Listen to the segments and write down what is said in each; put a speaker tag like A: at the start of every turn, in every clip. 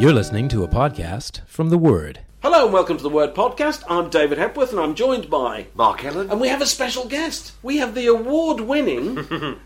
A: You're listening to a podcast from The Word.
B: Hello and welcome to the Word Podcast. I'm David Hepworth and I'm joined by.
C: Mark Ellen.
B: And we have a special guest. We have the award winning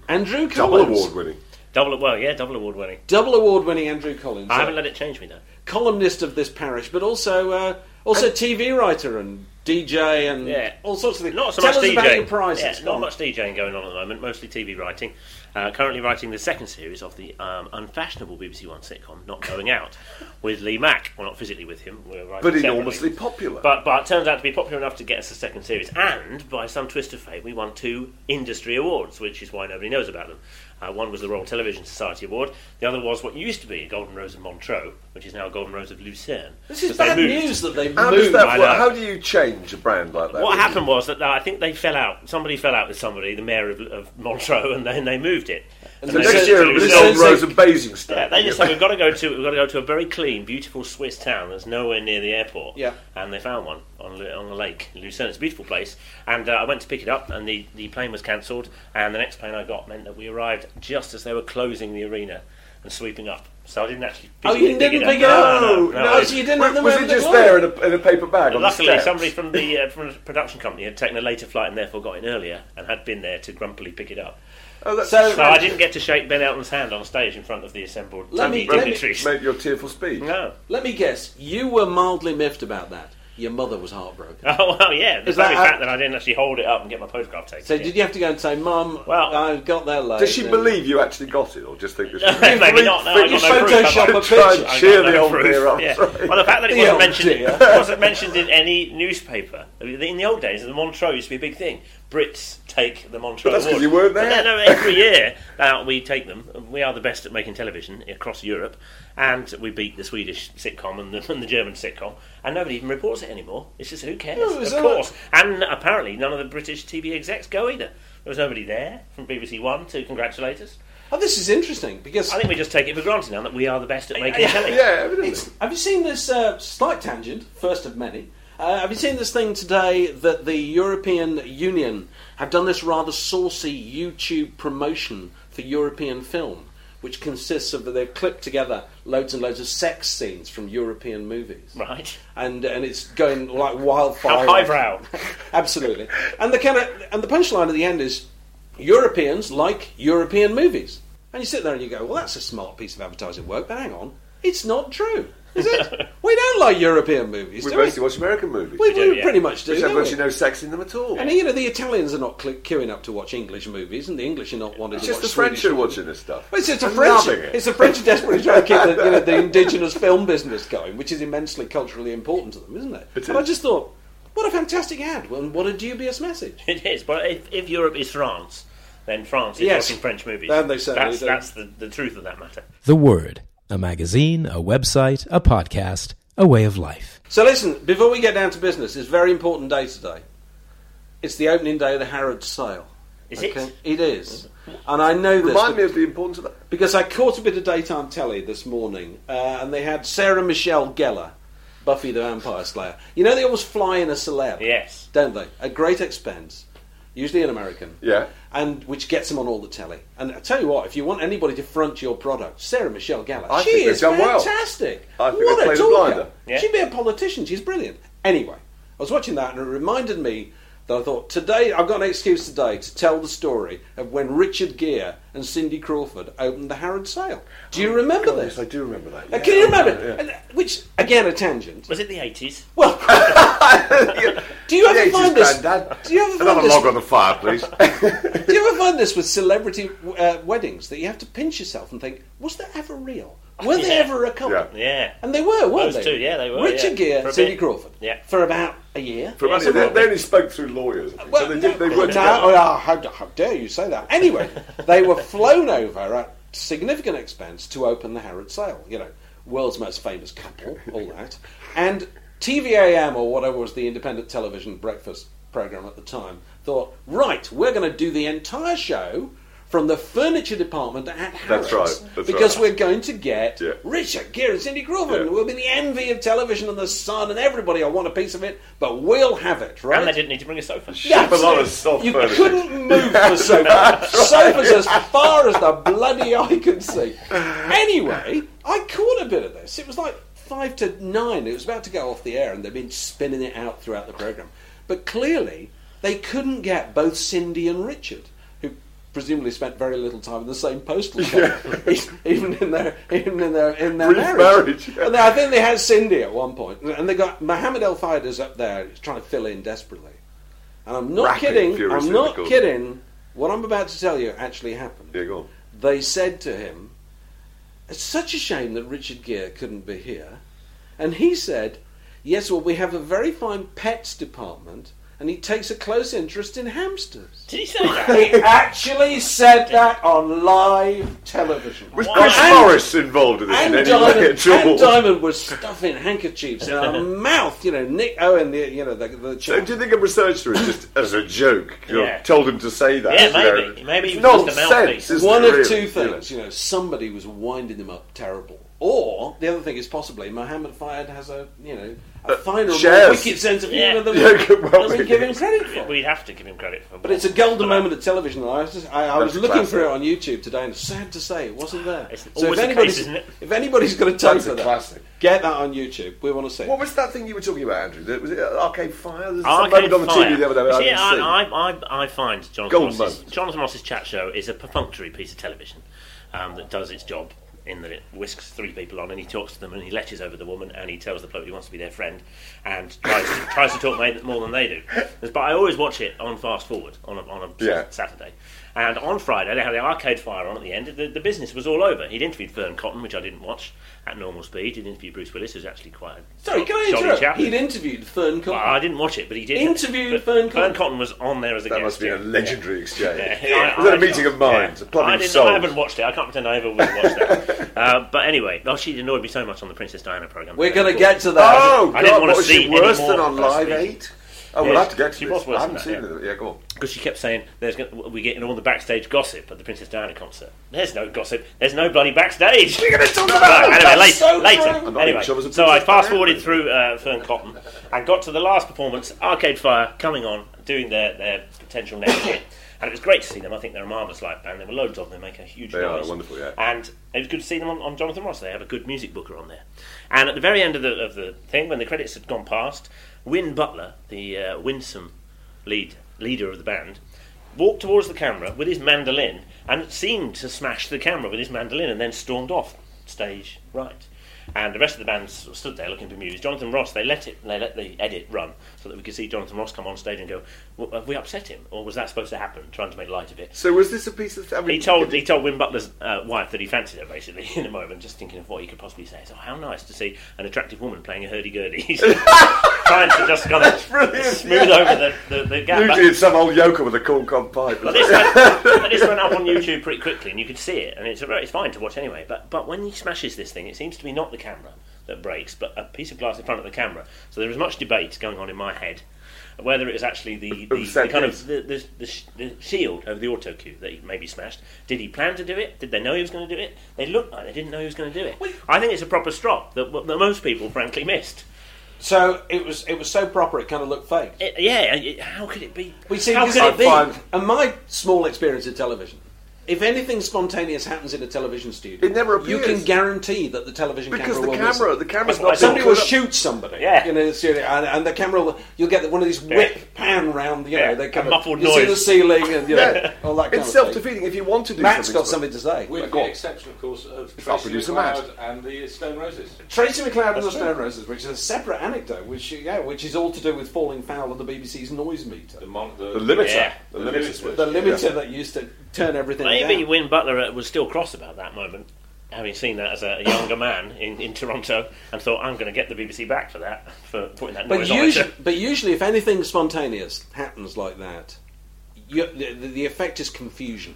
B: Andrew Collins.
C: Double award winning.
D: Double, well, yeah, double award winning.
B: Double award winning Andrew Collins.
D: I haven't let it change me though.
B: Columnist of this parish, but also uh, also TV writer and DJ and
D: Yeah,
B: all sorts of things.
D: Not so
B: Tell
D: much
B: us
D: DJing.
B: about your prizes.
D: Yeah,
B: Go
D: not
B: on.
D: much DJing going on at the moment. Mostly TV writing. Uh, currently writing the second series of the um, unfashionable BBC One sitcom, Not Going Out, with Lee Mack. Well, not physically with him, we're writing
C: But
D: separately.
C: enormously popular.
D: But but it turns out to be popular enough to get us a second series, and by some twist of fate, we won two industry awards, which is why nobody knows about them. Uh, one was the Royal Television Society Award. The other was what used to be a Golden Rose of Montreux, which is now a Golden Rose of Lucerne.
B: This is
D: 'cause they
B: bad
D: moved.
B: news that they've
C: How
B: moved.
C: does that
D: I
C: work?
D: know.
C: How do you change a brand like that?
D: What happened was that uh, I think they fell out. Somebody fell out with somebody, the mayor of, of Montreux, and then they moved it. And
C: So
D: they
C: next
D: said
C: year
D: to
C: it'll be
D: themselves-
C: Golden Rose and Basingstoke.
D: Yeah, they just said we've got to go to we've got to go to a very clean, beautiful Swiss town that's nowhere near the airport.
B: Yeah.
D: and they found one on Lu- on the lake, in Lucerne. It's a beautiful place. And uh, I went to pick it up, and the, the plane was cancelled. And the next plane I got meant that we arrived just as they were closing the arena and sweeping up. So I didn't actually.
B: Oh, you
D: physically
B: didn't
D: pick
B: pick it up?
D: No, no,
B: No,
D: I-
B: so you didn't have them
C: was
B: over
C: it
B: the
C: just
B: glory?
C: there in a, in a paper bag? on the
D: Luckily,
C: steps?
D: somebody from the uh, from the production company had taken a later flight and therefore got in earlier and had been there to grumpily pick it up.
C: Oh, that's
B: So-
D: So I didn't get to shake Ben Elton's hand on stage in front of the assembled
B: Let me-
D: TV
B: let me-
D: dignitaries.
C: Make your tearful speech.
D: No.
B: Let me guess. You were mildly miffed about that. Your mother was heartbroken.
D: Oh well, yeah. The
B: Is that
D: very
B: how-
D: fact that I didn't actually hold it up and get my photograph taken.
B: So did you have to go and say, Mum,
D: Well-
B: I've got there late?
C: Does she
B: and-
C: believe you actually got it, or just think that she?
D: Maybe not. No, I got
C: Think you
D: no proof.
B: Photoshop
D: I've
B: a
D: got-
B: picture.
D: I've
C: Try
D: got
C: and cheer
D: no
C: the old
D: proof.
C: dear up.
D: Yeah.
C: sorry.
D: Well, the fact that it
B: The
D: wasn't
B: old
D: mentioned
B: dear.
D: it wasn't mentioned in any newspaper. I mean, In the old days, the Montreux used to be a big thing. Brits take the Montreux.
C: But that's 'cause
D: Award.
C: you weren't
D: But
C: there.
D: no, no, every year uh, we take them. We are the best at making television across Europe, and we beat the Swedish sitcom and the, and the German sitcom, and nobody even reports it anymore. It's just who cares?
B: No, it's
D: of
B: all
D: course. And apparently, none of the British TV execs go either. There was nobody there from BBC One to congratulate us.
B: Oh, this is interesting because
D: I think we just take it for granted now that we are the best at making telly.
C: Yeah, evidently.
B: Have you seen this uh, slight tangent? First of many. Uh, have you seen this thing today that the European Union have done this rather saucy YouTube promotion for European film, which consists of they've clipped together loads and loads of sex scenes from European movies,
D: Right.
B: And and it's going like wildfire.
D: How highbrow.
B: Absolutely. And the kind of and the punchline at the end is Europeans like European movies. And you sit there and you go, well, that's a smart piece of advertising work, but hang on, it's not true, is it? we don't like European movies,
C: We
B: do we?
C: mostly watch American movies.
B: we,
D: do,
B: we
D: yeah.
B: pretty much do.
C: Which have
B: don't
C: virtually
B: we?
C: no sex in them at all.
B: And you know the Italians are not cl- queuing up to watch English movies, and the English are not wanting
C: It's
B: to
C: just the
B: watch
C: French
B: Swedish
C: who are watching this stuff.
B: well, it's, it's a
C: And
B: French.
C: loving it.
B: It's the French are desperately trying to keep the, you know, the indigenous film business going, which is immensely culturally important to them, isn't it?
C: It
B: and I
C: is.
B: just thought, what a fantastic ad! Well, what a dubious message.
D: It is, but if, if Europe is France, then France is
B: Yes.
D: watching French movies.
B: Then they certainly
D: that's
B: do.
D: that's the, the truth of that matter.
A: The Word, a magazine, a website, a podcast, a way of life.
B: So listen, before we get down to business, it's a very important day today. It's the opening day of the Harrods sale.
D: Is
B: Okay,
D: it?
B: it is, and I know this
C: Remind me
B: because-
C: of the importance of that.
B: because I caught a bit of daytime telly this morning, uh, and they had Sarah Michelle Gellar, Buffy the Vampire Slayer. You know they always fly in a celeb,
D: Yes.
B: don't they? At great expense, usually an American,
C: Yeah.
B: and which gets them on all the telly. And I tell you what, if you want anybody to front your product, Sarah Michelle Gellar,
C: I
B: she
C: think they've
B: is
C: done well.
B: fantastic.
C: I think
B: what
C: they've
B: a
C: played a
B: talker.
C: blinder.
D: Yeah.
B: She'd be a politician. She's brilliant. Anyway, I was watching that and it reminded me that I thought today I've got an excuse today to tell the story of when Richard Gere and Cindy Crawford opened the Harrod sale. Do you remember
C: Oh God,
B: this?
C: yes, I do remember that.
B: Uh,
C: yeah.
B: Can you remember?
C: Yeah.
B: And, uh, which again, a tangent.
D: Was it the 80s?
B: Well, do you ever
C: Yeah, it's
B: find
C: his
B: this?
C: granddad.
B: Do you ever find
C: Another
B: this?
C: log on the fire, please.
B: Do you ever find this with celebrity uh, weddings that you have to pinch yourself and think, was that ever real? Were they
D: Yeah.
B: ever a couple?
C: Yeah.
D: Yeah.
B: And they were, weren't
D: Those
B: they?
D: two, yeah, they were,
B: Richard
D: yeah.
B: Gere,
D: For a
B: Cindy
D: bit.
B: Crawford.
D: Yeah.
B: For about a year.
C: For a
D: Yes,
C: minute,
D: it
C: they,
D: was.
C: they only spoke through lawyers. I think. so they, did, they
B: no,
C: were
B: no,
C: together.
B: oh, yeah, how, how dare you say that? Anyway, they were flown over at significant expense to open the Harrod sale. You know, world's most famous couple, all that. And TVAM, or whatever was the independent television breakfast program at the time, thought, right, we're going to do the entire show from the furniture department at Harrods.
C: That's right, that's
B: because
C: right.
B: we're going to get
C: Yeah.
B: Richard Gere and Cindy Crawford.
C: Yeah.
B: We'll be the envy of television and the sun, and everybody will want a piece of it, but we'll have it, right?
D: And they didn't need to bring a sofa.
B: That's
C: a lot
B: it.
C: of soft
B: You
C: furniture.
B: couldn't move the sofa. Sofa's as far as the bloody eye can see. Anyway, I caught a bit of this. It was like five to nine. It was about to go off the air, and they've been spinning it out throughout the program. But clearly, they couldn't get both Cindy and Richard, who presumably spent very little time in the same postal shop, even in their even in their in their
C: Brief
B: marriage.
C: marriage.
B: And I think they had Cindy at one point, and they got Mohammed El Faider's up there who's trying to fill in desperately. And I'm not
C: Rapid,
B: kidding.
C: furiously
B: I'm not
C: recorded.
B: kidding. What I'm about to tell you actually happened.
C: Yeah, go on.
B: They said to him, "It's such a shame that Richard Gere couldn't be here," and he said, "Yes, well, we have a very fine pets department, and he takes a close interest in hamsters."
D: Did he say that?
B: He actually said that on live television.
C: Was Chris
B: And-
C: Morris involved in this
B: and
C: in any way
B: Diamond,
C: at all?
B: and Diamond was stuffing handkerchiefs in her mouth. You know, Nick Owen, the you know the, the
C: So
B: chap.
C: do you think a researcher is just as a joke you know,
D: Yeah.
C: told him to say that?
D: Yeah,
C: you know?
D: maybe. Maybe he
C: It's
D: was just a
C: nonsense,
D: mouthpiece.
C: isn't
B: One
C: it,
B: of
C: really?
B: two
C: You know?
B: things, you know, somebody was winding them up terrible, or the other thing is possibly Mohammed Fayed has a you know a finer, more
C: shares.
B: wicked sense of
D: Yeah.
B: humour than,
C: Uh, Yeah, good, well,
B: than we give him credit for.
D: We'd have to give him credit for
B: But it's a golden moment of television. and I was, just, I, I was
C: That's
B: looking
C: classic.
B: for it on YouTube today, and sad to say, it wasn't there.
D: It's
B: so if
D: always the case,
B: anybody's,
D: isn't it?
B: if anybody's going to take
C: That's
B: for
C: a
B: that,
C: classic.
B: get that on YouTube. We want to see. it.
C: What was that thing you were talking about, Andrew? That- Was it uh, Arcade Fire? There's some
D: Arcade
C: moment on the
D: Fire.
C: TV the other day. that I
D: See,
C: didn't
D: I,
C: see.
D: I, I, I find Jonathan
C: Golden
D: Ross's,
C: moment.
D: Jonathan Ross's chat show is a perfunctory piece of television um, that does its job in that it whisks three people on and he talks to them and he lectures over the woman and he tells the bloke he wants to be their friend and tries to, tries to talk ma- more than they do. But I always watch it on fast forward on a, on a
C: Yeah.
D: Saturday. And on Friday, they had the arcade fire on at the end. The, the business was all over. He'd interviewed Vern Cotton, which I didn't watch, at normal speed. He'd interviewed Bruce Willis, who's actually quite a
B: Sorry, can I
D: jolly
B: interrupt?
D: chap.
B: He'd interviewed Fern Cotton.
D: Well, I didn't watch it, but he did.
B: Interviewed
D: but
B: Fern Cotton.
D: was on there as a
C: That
D: guest.
C: must have been a
D: yeah.
C: legendary exchange.
D: Yeah.
C: was that
D: I-
C: a meeting of minds?
D: yeah.
C: A plumbing
D: I, didn't,
C: soul?
D: I haven't watched it. I can't pretend I ever would watch that. uh, but anyway, oh, she annoyed me so much on the Princess Diana program.
B: We're going to
D: Cool.
B: get to that.
C: Oh,
D: I
C: God,
D: didn't wanna
C: what was
D: see
C: she worse
D: any more
C: than on
D: of that
C: Live
D: speech.
C: 8? Oh,
D: Yeah,
C: we'll have to get to
D: she
C: this.
D: was worse
C: I haven't
D: than that,
C: seen it. Yeah, go on.
D: because she kept saying there's gonna, we get in all the backstage gossip at the Princess Diana concert. There's no gossip. There's no bloody backstage. We're going to talk
B: about it.
D: anyway. Later,
B: That's so
D: later.
B: true. I'm
C: not
D: anyway,
C: even sure it was a
D: so I
C: Princess
D: fast forwarded
C: Diana.
D: through uh, Fern Cotton and got to the last performance, Arcade Fire coming on, doing their their potential next hit. And it was great to see them. I think they're a marvellous live band. There were loads of them. They make a huge
C: They are
D: noise.
C: wonderful, yeah.
D: And it was good to see them on, on Jonathan Ross. They have a good music booker on there. And at the very end of the, of the thing, when the credits had gone past, Win Butler, the uh, winsome lead leader of the band, walked towards the camera with his mandolin and seemed to smash the camera with his mandolin and then stormed off stage right. And the rest of the band s- stood there looking bemused. Jonathan Ross, they let it, they let the edit run so that we could see Jonathan Ross come on stage and go, "W- "Have we upset him, or was that supposed to happen?" Trying to make light of it.
C: So was this a piece of... I mean,
D: He told he told Win Butler's uh, wife that he fancied her basically in a moment, just thinking of what he could possibly say. So how nice to see an attractive woman playing a hurdy gurdy, trying to just kind of
C: brilliant,
D: smooth
C: yeah.
D: over the, the, the gap.
C: Usually it's some old yoker with a corn cob pipe.
D: But this, went, but this went up on YouTube pretty quickly, and you could see it, and it's, a very- it's fine to watch anyway. But but when he smashes this thing, it seems to be not the camera that breaks, but a piece of glass in front of the camera. So there is much debate going on in my head whether it was actually the, the, the
C: Set
D: kind
C: piece.
D: of the, the, the, sh- the shield over the auto cue that he maybe smashed. Did he plan to do it? Did they know he was going to do it? They looked like they didn't know he was going to do it. I think it's a proper strop that, that most people frankly missed.
B: So it was it was so proper it kind of looked fake.
D: It- yeah, it- how could it be?
B: We see,
D: how
B: because
D: could it be?
B: I find- and my small experience in television, if anything spontaneous happens in a television studio,
C: It never
B: You
C: appears.
B: can guarantee that the television
C: Because
B: camera
C: the
B: will miss
C: camera,
B: it.
C: the camera's
D: That's what I
C: not.
D: said.
B: Somebody will
C: built up.
B: shoot somebody,
D: Yeah.
B: in the studio, and, and the camera will. You'll get one of these whip pan round, you know,
D: Yeah,
B: they
D: a
B: kind of
D: muffled
B: you see the
D: noise.
B: ceiling and you know,
C: Yeah.
B: all that kind
C: It's
B: of
C: self
B: thing.
C: defeating. If you want to do
B: Matt's
C: something,
B: got something to say.
E: With
C: go
E: the
C: on.
E: exception, of course, of
C: our
E: Tracy
C: producer,
E: McLeod and the Stone Roses.
B: Tracy McLeod and the Stone Roses, which is a separate anecdote, which yeah, which is all to do with falling foul of the BBC's noise meter,
E: The, mon- the,
C: The limiter.
D: Yeah.
C: The limiter switch.
B: the limiter
C: Yeah.
B: that used to turn everything.
D: Maybe
B: down.
D: Win Butler uh, was still cross about that moment, having seen that as a younger man in, in Toronto, and thought, I'm going to get the BBC back for that, for putting that
B: But
D: noise on.
B: usually, but usually, if anything spontaneous happens like that, you, the, the the effect is confusion.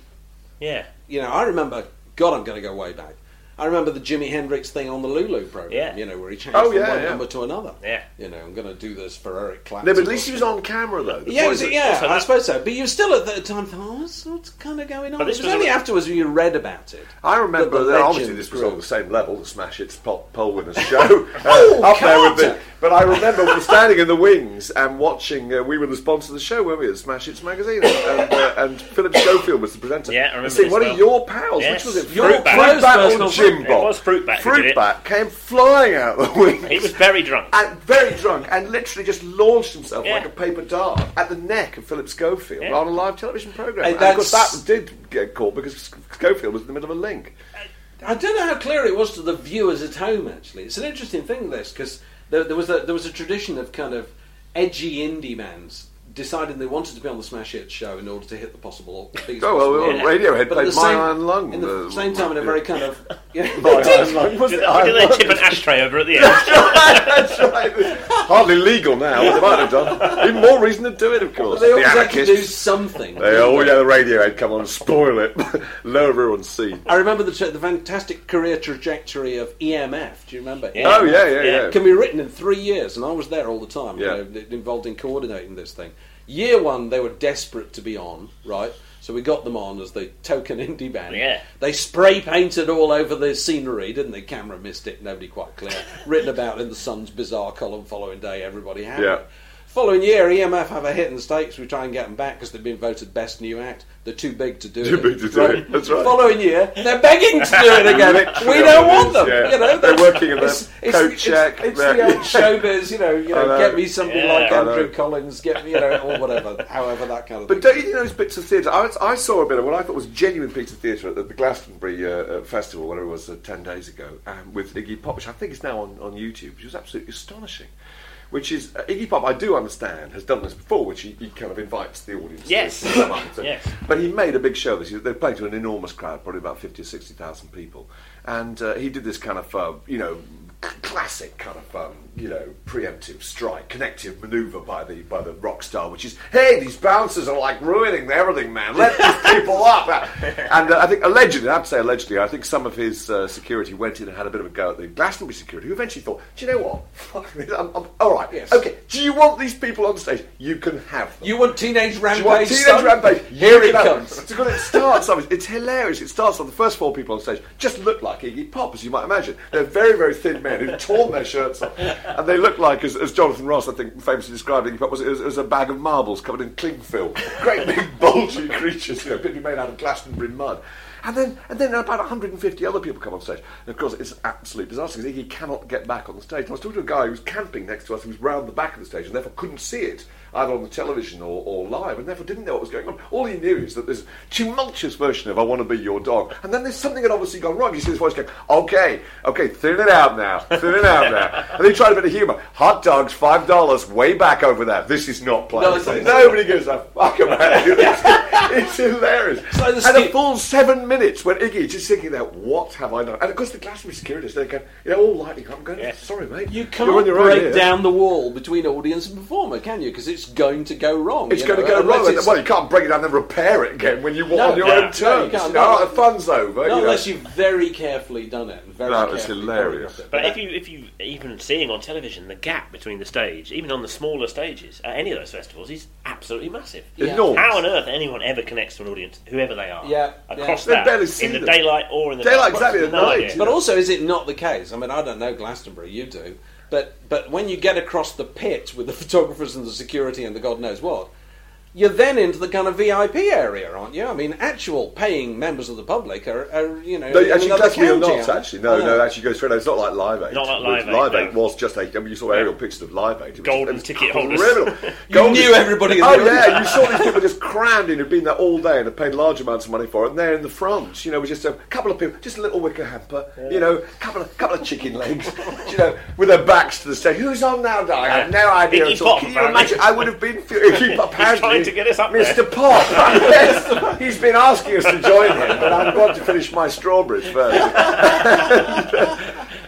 D: Yeah,
B: You know, I remember. God, I'm going to go way back. I remember the Jimi Hendrix thing on the Lulu program.
D: Yeah.
B: You know, where he changed
C: Oh,
B: from
C: yeah,
B: one
C: yeah.
B: number to another.
D: Yeah.
B: You know, I'm going to do this for Eric Clapton.
C: No, but at least he was on camera though. The
B: Yeah,
C: point
B: it was-
C: is-
B: yeah,
D: So
B: I
D: that-
B: suppose so. But you still at the time thought, oh, what's, what's kind of going on?
D: But this
B: it was,
D: was a-
B: only afterwards when you read about it.
C: I remember
B: the
C: that obviously
B: legend
C: this was
B: grew.
C: on the same level, the Smash It's Pop Poll Winners show. uh, up there with the,
B: Carter!
C: but I remember we were standing in the wings and watching, uh, we were the sponsor of the show, weren't we, at Smash It's magazine. And, uh, and Philip Schofield was the presenter.
D: Yeah, I remember
C: And seeing
D: this
C: one
D: well.
C: of your pals,
D: Yes.
C: which was it?
D: Your
C: Fruitbat
D: close
C: or
D: personal friend.
C: Jim Bob?
D: It was Fruitbat who did it.
C: Fruitbat came flying out the wings.
D: he was very drunk.
C: and very drunk and literally just launched himself
D: Yeah.
C: like a paper dart at the neck of Philip Schofield
D: Yeah.
C: on a live television programme.
B: And
C: And of course,
B: that's-
C: that did get caught because Schofield was in the middle of a link.
B: I don't know how clear it was to the viewers at home. Actually, it's an interesting thing this because there, there was a there was a tradition of kind of edgy indie bands deciding they wanted to be on the Smash Hit show in order to hit the possible. biggest
C: Oh, well,
B: possible-
C: well, Radiohead
B: But at
C: played
B: the
C: My
B: same-
C: Iron Lung,
B: in the
C: uh,
B: same time in a very kind of you know,
C: My Iron Lung. Was
D: Did they,
C: it
D: did
C: Iron
D: they
C: Lung?
D: tip an ashtray over at the end?
C: That's right. Hardly legal now. They might have done. Even more reason to do it, of course.
B: they
C: the
B: always had to
C: anarchists.
B: do something.
C: They all yeah, the Radiohead come on, spoil it, lower everyone's scene.
B: I remember the, tra- the fantastic career trajectory of EMF. Do you remember?
C: Oh yeah, yeah,
D: Yeah.
C: yeah.
B: It can be written in three years, and I was there all the time,
C: Yeah.
B: you know, involved in coordinating this thing. Year one, they were desperate to be on, right? So we got them on as the token indie band.
D: Yeah.
B: They spray painted all over the scenery, didn't they? Camera missed it, nobody quite clear. Written about in the Sun's bizarre column following day, everybody had
C: Yeah.
B: it. Following year, EMF have a hit in the States. We try and get them back because they've been voted Best New Act. They're too big to do
C: Too
B: it.
C: big to do it. That's right.
B: Following year, they're begging to do it again.
C: Literally
B: we don't
C: what it
B: want
C: is,
B: them.
C: yeah.
B: You know,
C: They're working in their
B: it's- it's-
C: coat
B: it's-
C: check,
B: It's
C: their-
B: the old showbiz, you know. You know,
C: I know.
B: get me somebody
D: Yeah.
B: like
D: I
C: know.
B: Andrew Collins, get me, you know, or whatever. However, that kind of.
C: But
B: thing.
C: don't you think those bits of theatre? I, was- I saw a bit of what I thought was genuine piece of theatre at the, the Glastonbury uh, uh, Festival, whatever it was, uh, 10 days ago, um, with Iggy Pop, which I think is now on, on YouTube, which was absolutely astonishing. Which is, uh, Iggy Pop, I do understand, has done this before, which he, he kind of invites the audience
D: Yes.
C: to come up and say-
D: Yes.
C: But he made a big show of this. He- They played to an enormous crowd, probably about 50 or 60,000 people. And uh, he did this kind of, uh, you know, c- classic kind of, um, you know, preemptive strike, connective maneuver by the by the rock star, which is, hey, these bouncers are like ruining everything, man. Let these people up. And uh, I think, allegedly, I have to say allegedly, I think some of his uh, security went in and had a bit of a go at the Glastonbury security, who eventually thought, do you know what? Fuck this. I'm, I'm, all right.
B: Yes.
C: Okay. Do you want these people on stage? You can have them.
B: you want teenage rampage?
C: Do you want Teenage
B: son?
C: Rampage.
B: Here it
C: Look at that.
B: comes.
C: It's, good. it starts off. It's hilarious. It starts off. The first four people on stage just look like Iggy Pop, as you might imagine. They're very, very thin men who've torn their shirts off, and they look like, as, as Jonathan Ross, I think, famously described Iggy Pop was as, as a bag of marbles covered in cling film. Great big bulgy creatures, you know, bit made out of Glastonbury mud. And then, and then about 150 other people come on stage. And of course, it's an absolute disaster because Iggy cannot get back on the stage. I was talking to a guy who was camping next to us, who was round the back of the stage, and therefore couldn't see it either on the television or, or live, and therefore didn't know what was going on. All he knew is that there's tumultuous version of "I Want to Be Your Dog," and then there's something had obviously gone wrong. You see this voice going, "Okay, okay, thin it out now, thin it out now," and he tried a bit of humour. Hot dogs, five dollars, way back over that. This is not
B: No,
C: playing.
B: it's not.
C: Nobody gives a fuck about it. It's, it's hilarious.
B: like the
C: and a
B: skit-
C: full seven minutes when Iggy just thinking there, what have I done? And of course the Glastonbury securities, they go, you know, all lighting up, I'm going, sorry mate.
B: You
C: you're on
B: can't
C: your own
B: break
C: here."
B: down the wall between audience and performer, can you? Because it's going to go wrong.
C: It's
B: you
C: going
B: know,
C: to go
B: unless
C: wrong.
B: it's-
C: Well, you can't break it down and repair it again when you want
B: No,
C: on your
B: no,
C: own
B: no,
C: terms.
B: you can't.
C: you know, "Oh, the fun's over.
B: Not
C: you know.
B: unless you've very carefully done it. Very
C: That was
B: carefully
C: hilarious.
B: choreographed it.
D: But if you if you even seeing on television the gap between the stage, even on the smaller stages at any of those festivals, is absolutely massive.
B: Yeah.
C: Enormous.
D: How on earth anyone ever connects to an audience, whoever they are,
B: Yeah,
D: across
B: yeah.
C: They
D: that
C: barely see
D: in the
C: them.
D: daylight or in the
C: Daylight,
D: dark?
C: exactly, at
D: No
C: night,
D: idea.
C: you
B: But also, is it not the case? I mean, I don't know Glastonbury, you do, but but when you get across the pit with the photographers and the security and the God knows what, you're then into the kind of VIP area, aren't you? I mean, actual paying members of the public are, are you know,
C: No,
B: in
C: actually,
B: another
C: Glastonbury are
B: county,
C: not,
B: aren't
C: actually.
B: they?
C: No,
B: I
C: no,
B: know.
C: actually goes through. No, it's not like Live Aid.
D: Not like
C: Whereas
D: Live Aid,
C: Live Aid
D: no.
C: was just a. I mean, you saw aerial pictures of Live Aid. It was-
D: Golden
C: it was
D: ticket holders.
C: criminal.
D: You
C: Golden-
B: knew everybody in the
C: Oh,
B: room.
C: yeah, you saw these people just crammed in who'd been there all day and had paid large amounts of money for it. And they're in the front, you know, with just a couple of people, just a little wicker hamper, you know, couple of couple of chicken legs, you know, with their backs to the stage. Who's on now? I have no idea
D: Iggy
C: at all.
D: Pop,
C: Can you
D: apparently.
C: imagine? I would have been furious. Iggy Pop,
D: He's trying
C: apparently,
D: to get us up there.
C: Mr. Pop. yes, he's been asking us to join him, but I've got to finish my strawberries first.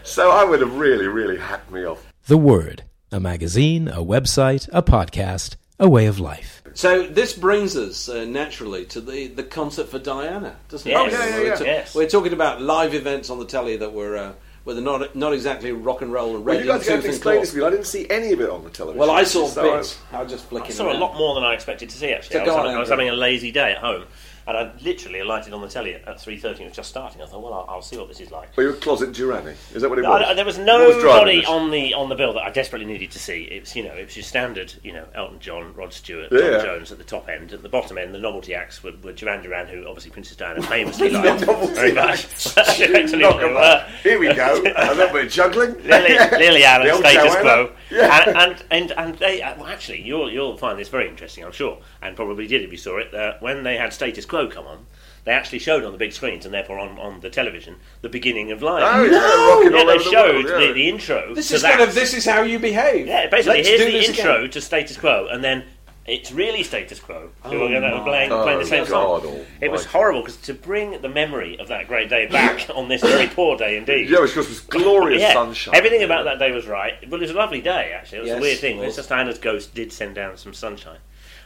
C: so I would have really, really hacked me off.
A: The Word, a magazine, a website, a podcast, a way of life.
B: So this brings us uh, naturally to the, the concert for Diana, doesn't it?
D: Yes. Oh, yeah, yeah,
B: We're
D: yeah.
B: ta-
D: Yes.
B: We're talking about live events on the telly that were uh, were not not exactly rock and roll and
C: Well, you
B: radio
C: guys have
B: tooth
C: to
B: and
C: explain
B: claw.
C: this to me. I didn't see any of it on the television.
B: Well, I saw
C: So I-
B: bits. I was just
D: I
B: flicking.
D: saw a
B: around.
D: lot more than I expected to see. Actually,
B: So
D: I
B: go
D: was,
B: on,
D: I was
B: Andrew.
D: having a lazy day at home, and I literally alighted on the telly at three thirty. It was just starting. I thought, well, I'll, I'll see what this is like.
C: Were you a closet Durrani? Is that what it
D: I-
C: was?
D: I- there was
C: What was driving
D: nobody
C: this?
D: on the on the bill that I desperately needed to see. It was you know it was your standard you know Elton John, Rod Stewart, Tom
C: Yeah.
D: Jones at the top end. At the bottom end, the novelty acts were, were Duran Duran, who obviously Princess Diana famously liked
C: Novelty
D: very much.
C: acts.
D: Effectively
C: Knock
D: what they
C: 'em
D: were.
C: up. Here we go. A little bit of juggling.
D: Lily, Lily
C: The
D: Allen,
C: old
D: status
C: Joanna.
D: quo,
C: Yeah.
D: and and and, and they, uh, well, actually, you'll you'll find this very interesting, I'm sure, and probably did if you saw it. Uh, when they had status quo come on, they actually showed on the big screens and therefore on, on the television the beginning of live.
C: Oh, yeah, No! rocking
D: Yeah,
C: all
D: they
C: over the
D: showed
C: world, yeah.
D: the, the intro.
B: This
D: to
B: is
D: that.
B: kind of this is how you behave.
D: Yeah, basically,
B: Let's
D: here's
B: do
D: the
B: this
D: intro
B: again.
D: to Status Quo, and then it's really Status Quo. who
B: Oh
D: are going to
B: my
D: playing, playing the same
C: God oh,
D: song.
C: almighty.
D: It was horrible because to bring the memory of that great day back on this very poor day indeed.
C: Yeah, it was because it was glorious
D: Yeah,
C: sunshine.
D: Everything about that day was right. Well, it was a lovely day, actually. It was
B: Yes,
D: a weird thing.
B: it was.
D: Mr. Steiner's ghost did send down some sunshine.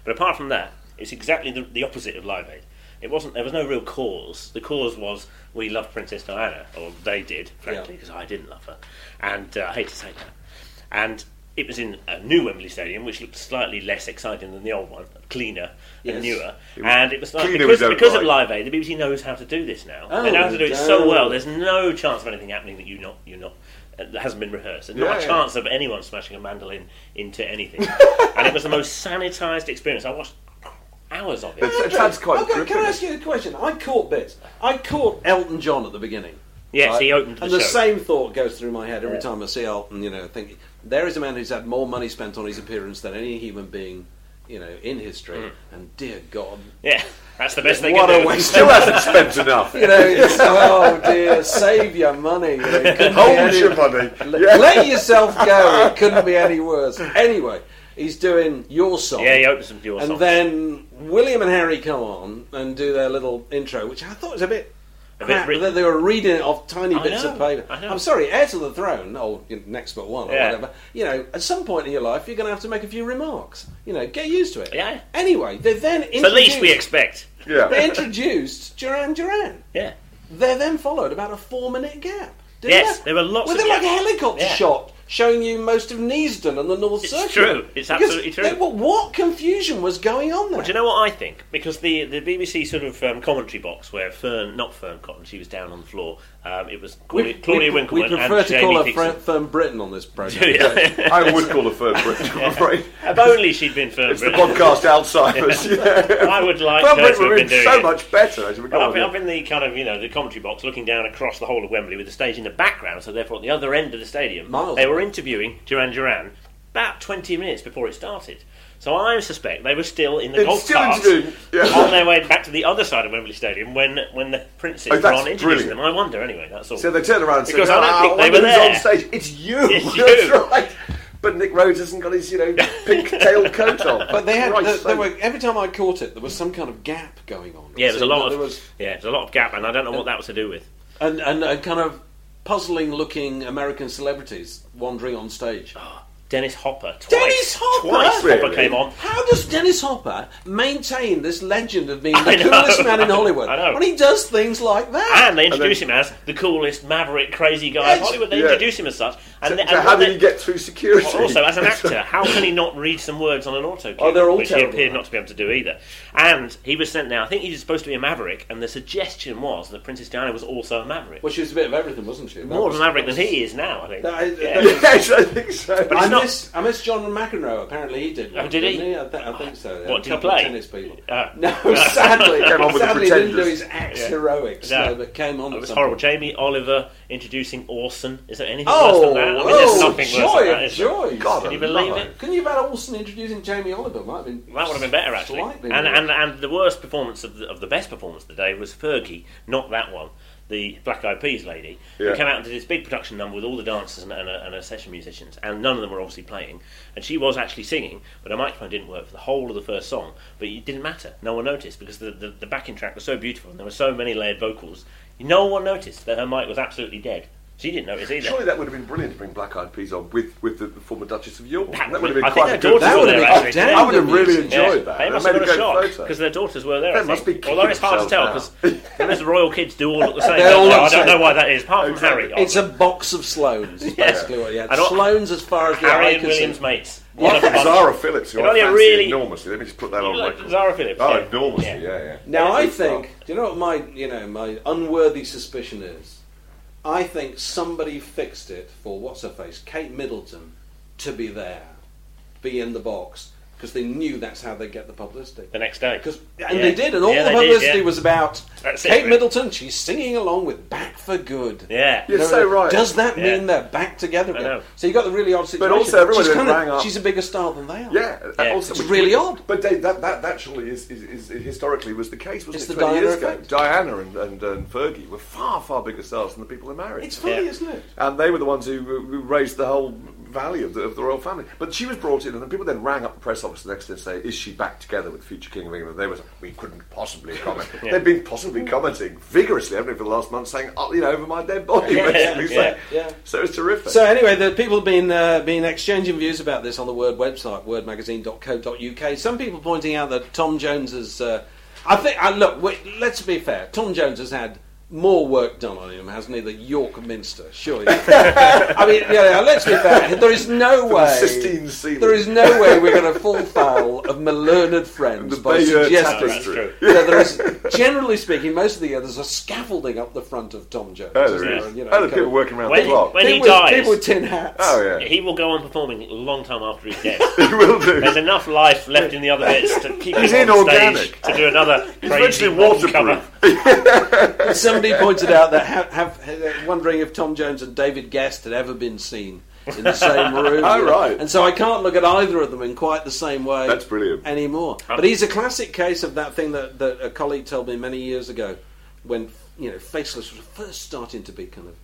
D: But apart from that, it's exactly the, the opposite of Live Aid. It wasn't. There was no real cause. The cause was we loved Princess Diana, or they did, frankly,
B: Yeah.
D: because I didn't love her, and uh, I hate to say that. And it was in a new Wembley Stadium, which looked slightly less exciting than the old one, cleaner
B: Yes.
D: and newer. and it was like,
C: cleaner
D: because,
C: we don't
D: because of
C: like.
D: Live Aid, the BBC knows how to do this now.
B: Oh,
D: they know how to do it so
B: no.
D: well. There's no chance of anything happening that you not you're not uh, that hasn't been rehearsed. There's
C: Yeah,
D: not a
C: yeah.
D: chance of anyone smashing a mandolin into anything. and it was the most sanitised experience. I watched hours of it.
C: That's- It sounds quite
B: Okay,
C: gripping.
B: can I ask you a question? I caught bits. I caught Elton John at the beginning.
D: Yes,
B: right?
D: he opened the
B: And the
D: show.
B: same thought goes through my head every time I see Elton. You know, thinking there is a man who's had more money spent on his appearance than any human being, you know, in history.
D: Hmm.
B: And dear God,
D: yeah, that's the best thing.
B: what
D: can
B: a
D: do.
B: waste!
C: Still hasn't spent enough.
B: You know, it's, oh dear, save your money. You know, it couldn't be
C: Hold
B: any-
C: your money.
B: Let,
C: Yeah.
B: let yourself go. It couldn't be any worse. Anyway, he's doing your song.
D: Yeah, he opened some your
B: And
D: songs.
B: then William and Harry come on and do their little intro, which I thought was a bit.
D: A bit
B: crap,
D: written.
B: that they were reading it off tiny
D: I
B: bits of
D: know,
B: paper.
D: I know.
B: I'm sorry, heir to the throne, or you know, next but one, or
D: Yeah.
B: whatever. You know, at some point in your life, you're going to have to make a few remarks. You know, get used to it.
D: Yeah.
B: Anyway, they then
D: It's the least we
B: introduced-
D: expect.
B: they
C: Yeah.
B: introduced Duran Duran.
D: Yeah.
B: They're then followed about a four minute gap. didn't
D: Yes, there were lots
B: Were
D: of
B: they like a
D: gaps.
B: helicopter
D: Yeah.
B: shot showing you most of Neasden and the North
D: It's
B: Circuit?
D: true. It's
B: Because
D: absolutely true.
B: They, were- what confusion was going on there?
D: Well, do you know what I think? Because the, the BBC sort of um, commentary box where Fern, not Fern Cotton, she was down on the floor. Um, it was Claudia,
B: we,
D: Claudia Winkleman
B: we prefer
D: and
B: to
D: Jamie
B: call her
D: Dixon.
B: Fir- Firm Britain on this program.
D: Yeah.
C: I would call a firm Britain, I'm afraid.
D: if only she'd been Fern
C: It's the
D: Britain.
C: podcast Alzheimer's. Yeah.
D: I would like
C: Firm
D: her to have
C: Britain would
D: been
C: have been
D: doing
C: so
D: it.
C: much better. actually.
D: Well, I've, been, I've been the kind of you know the commentary box looking down across the whole of Wembley with the stage in the background. So therefore, at the other end of the stadium,
B: Miles
D: they were
B: away.
D: interviewing Duran Duran about twenty minutes before it started. So I suspect they were still in the
C: It's
D: golf
C: still
D: carts
C: interviewing, yeah.
D: on their way back to the other side of Wembley Stadium when when the princes
C: Oh,
D: were
C: that's
D: on introducing
C: brilliant.
D: them. I wonder anyway. That's all.
C: So they turned around and
D: Because
C: said,
D: I don't
C: "Ah,
D: think they
C: wonder
D: were
C: who's
D: there."
C: on stage. It's you.
D: It's you.
C: That's right. But Nick Rhodes hasn't got his, you know, pink tailed coat on.
B: But they had,
C: Christ's
B: there, there
C: sake.
B: were, every time I caught it, there was some kind of gap going on.
D: yeah, there's a
B: So
D: lot
B: there
D: of
B: was-
D: yeah, there's a lot of gap, and I don't know what that was to do with.
B: and, and, and kind of puzzling looking American celebrities wandering on stage.
D: Dennis Hopper. Oh, Twice.
B: Dennis Hopper?
D: Twice Hopper
C: Really?
D: came on.
B: How does Dennis Hopper maintain this legend of being
D: I
B: the
D: know.
B: coolest man in Hollywood
D: I know.
B: when he does things like that?
D: And they introduce him as the coolest maverick, crazy guy in
B: Yes.
D: Hollywood. They
C: Yeah.
D: introduce him as such. And,
C: So,
D: the-
C: so
D: and
C: how
D: what
C: did
D: they-
C: he get through security?
D: Well, also, as an actor, how can he not read some words on an auto
B: Oh, they're all
D: which
B: terrible.
D: he appeared not to be able to do either. And he was sent now. I think he was supposed to be a maverick, and the suggestion was that Princess Diana was also a maverick.
B: well, she was a bit of everything, wasn't she?
D: More of a maverick than he is now, I think.
B: That is-
D: Yeah.
B: that
C: yes, I think so.
D: But
B: I
D: it's not- Oh,
B: miss, I miss John McEnroe. Apparently, he did. one,
D: did he?
B: didn't I, th- I think so. yeah.
D: What, did he
B: A couple of
D: play?
B: Tennis people.
D: Ah.
B: no, sadly,
C: Came on with the
B: sadly, he didn't do
C: Pretenders.
B: his ex heroics.
D: No.
B: No, but came on.
D: It
B: with
D: was
B: something.
D: horrible. Jamie Oliver introducing Orson. Is there anything
B: Oh,
D: worse than that? I mean,
B: oh,
D: there's nothing
B: joy,
D: worse than that. Is there?
B: joy.
C: God,
D: Can you believe
C: alive.
D: it?
B: Couldn't you have had Olsen introducing Jamie Oliver? Might have been.
D: That would have been better, actually.
B: Slightly
D: And,
B: worse.
D: and and the worst performance of the, of the best performance of the day was Fergie, not that one, the Black Eyed Peas lady,
C: Yeah.
D: who came out and did this big production number with all the dancers and, and, a, and a session musicians, and none of them were obviously playing. And she was actually singing, but her microphone didn't work for the whole of the first song. But it didn't matter; no one noticed because the, the, the backing track was so beautiful and there were so many layered vocals. No one noticed that her mic was absolutely dead. She didn't notice either.
C: Surely that would have been brilliant to bring Black Eyed Peas on with, with the, the former Duchess of York.
D: That
C: That, would have been
D: I
C: quite
D: think
C: a
D: their
C: good.
D: daughters
C: That
D: were
C: would have
D: there
C: been-
D: actually.
C: I would have really
B: Yeah.
C: enjoyed that.
D: They
C: That
D: must
C: made
D: have got a
C: great
D: shock
C: photo.
D: because their daughters were there.
C: They
D: I
C: must
D: think.
C: be
D: Although it's hard to tell
C: kicking
D: because those royal kids do all look the same.
B: They all
D: don't they?
B: look
D: I don't
B: the same.
D: know why that is. Apart from
C: Exactly.
D: Harry,
B: It's a
D: obviously.
B: box of Sloanes, is basically what he had.
D: I don't-
B: Sloanes as far as the
D: Harry
B: eye
D: and
B: can
D: Williams
B: see.
D: mates.
C: What
D: What a bunch.
C: Zara Phillips, who
D: If
C: I
D: only a
C: fancy
D: really-
C: enormously. Let me just put that
D: You
C: on
D: like
C: record.
D: Zara Phillips,
C: Oh,
D: yeah.
C: enormously,
D: Yeah.
C: yeah, yeah.
B: Now
D: Yeah,
B: I
D: it's
B: think, do you know what my you know my unworthy suspicion is? I think somebody fixed it for what's her face, Kate Middleton, to be there, be in the box because they knew that's how they get the publicity.
D: The next day,
B: Because and
D: Yeah.
B: they did, and all
D: Yeah,
B: the
D: they did,
B: publicity
D: yeah.
B: was about
D: That's it,
B: Kate
D: really.
B: Middleton. She's singing along with Back for Good.
D: Yeah.
C: You're so right.
B: Does that
D: Yeah.
B: mean they're back together
D: I
B: again?
D: know.
B: So you got the really odd situation.
C: also everyone
B: she's,
C: then
B: kinda-
C: rang up-
B: she's a bigger star than they are.
C: Yeah, and
D: Yeah.
C: also
B: It's
C: we-
B: really
C: we-
B: odd.
C: But Dave, that, that actually is, is, is, historically was the case, wasn't
B: It's
C: it?
B: the
C: 20 years
B: Diana
C: ago,
B: effect.
C: Diana and, and, and Fergie were far far bigger stars than the people they married.
B: It's funny,
D: Yeah.
B: isn't it?
C: and they were the ones who, who raised the whole value of the, of the royal family. But she was brought in, and the people then rang up the press office the next day and say, "Is she back together with the future King of England?" They was we couldn't possibly comment. They'd been possibly commenting vigorously, haven't they, for the last month, saying, oh, "You know, over my dead body." basically. So-
D: yeah,
B: yeah.
C: So it's terrific.
B: So anyway, the people have been uh, been exchanging views about this on the Word website, wordmagazine.co.uk. Some people pointing out that Tom Jones has. Uh, I think. Uh, look, we, let's be fair. Tom Jones has had more work done on him, hasn't he? Than York Minster, surely. I mean, yeah, let's be fair. There is no
C: the
B: way.
C: Sistine ceiling.
B: There is no way we're going to fall foul of my learned friends
C: The
B: by
C: Bayeux
B: suggesting
C: tapestry.
D: That's
B: that there is, generally speaking, most of the year there's a scaffolding up the front of Tom Jones.
C: Oh,
B: isn't
C: there is.
B: And, you know,
C: oh, the
B: kind
C: people
B: of-
C: working around
D: When-
C: the clock.
D: when- he
B: people,
D: dies.
B: With, people with tin hats.
C: oh yeah,
D: he will go on performing a long time after he's dead.
C: he will do.
D: There's enough life left in the other bits to keep
C: He's
D: him on
C: inorganic.
D: stage to do another crazy
C: virtually
D: long
C: waterproof.
D: cover.
B: Somebody pointed out that have, have uh, wondering if Tom Jones and David Guest had ever been seen in the same room.
C: Oh, right.
B: And so I can't look at either of them in quite the same way.
C: That's brilliant.
B: Anymore. But he's a classic case of that thing that, that a colleague told me many years ago when you know faceless was first starting to be kind of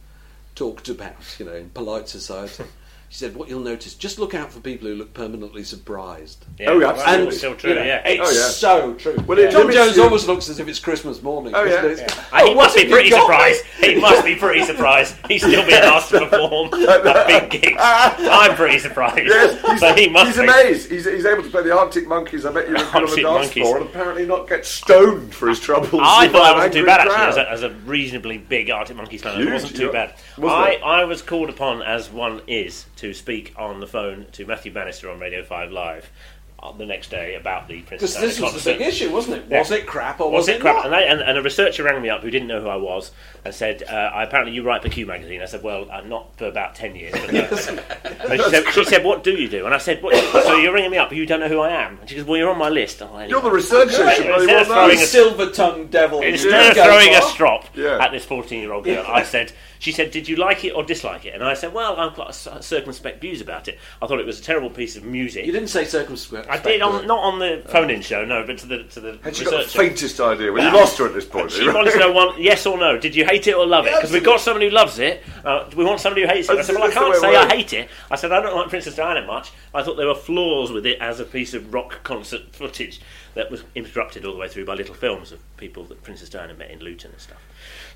B: talked about, you know, in polite society. She said, "What you'll notice, just look out for people who look permanently surprised."
D: Yeah,
C: Oh, yeah,
D: well, that's
C: absolutely.
D: still true.
B: you know,
D: yeah.
B: It's
C: Oh, yeah.
B: so true.
C: Well, it
B: Tom
C: limits
B: Jones
C: you-
B: almost looks as if it's Christmas morning.
C: Oh, yeah.
B: doesn't it?
C: Yeah.
D: And he
B: Oh, what
D: must be
B: have you
D: pretty
B: got
D: surprised. He must be pretty surprised. He's still being asked to perform at big gigs. I'm pretty surprised.
C: Yes, he's,
D: so he must
C: he's
D: be.
C: amazed. He's, he's able to play the Arctic Monkeys. I bet you on the
D: Arctic
C: dance
D: Monkeys.
C: floor and apparently not get stoned for his troubles.
D: I
C: by
D: thought I
C: an
D: wasn't too
C: angry
D: bad
C: crowd.
D: actually, as a, as a reasonably big Arctic Monkeys fan.
C: Huge,
D: I wasn't too
C: yeah.
D: bad.
C: Wasn't
D: I,
C: it?
D: I was called upon, as one is, to speak on the phone to Matthew Bannister on Radio Five Live uh, the next day about the Princess
B: Because
D: Diana
B: this was the
D: concert.
B: big issue, wasn't it?
D: Yeah.
B: Was it crap or
D: Was,
B: was,
D: it crap?
B: not?
D: And, I, and, and a researcher rang me up who didn't know who I was and said, uh, I, "Apparently, you write for Q magazine." I said, "Well, I'm not for about ten years." But no. and she, said, she said, "What do you do?" And I said, what, "So you're ringing me up, but you don't know who I am?" And she goes, "Well, you're on my list." I'm like,
C: You're the researcher.
D: Right,
C: should really
D: instead of
C: well
D: throwing
C: know.
D: a
B: silver-tongued devil.
D: Instead of
B: Go
D: throwing a
B: for.
D: strop
C: Yeah.
D: at this 14 year old girl, I said, she said, Did you like it or dislike it? And I said, Well, I've got s- circumspect views about it. I thought it was a terrible piece of music.
B: You didn't say circumscript.
D: I did, on, not on the phone in show, no, but to the, to the
C: Had you got the
D: researcher.
C: faintest idea? Well, you lost her at this point.
D: She wants to know one yes or no. Did you hate it or love it? Because we've got someone who loves it. Uh, we want somebody who hates it. I
C: That's-
D: said, well, I
C: that's the
D: can't
C: way it
D: say I
C: works.
D: hate it. I said I don't like Princess Diana much. I thought there were flaws with it as a piece of rock concert footage. that was interrupted all the way through by little films of people that Princess Diana met in Luton and stuff.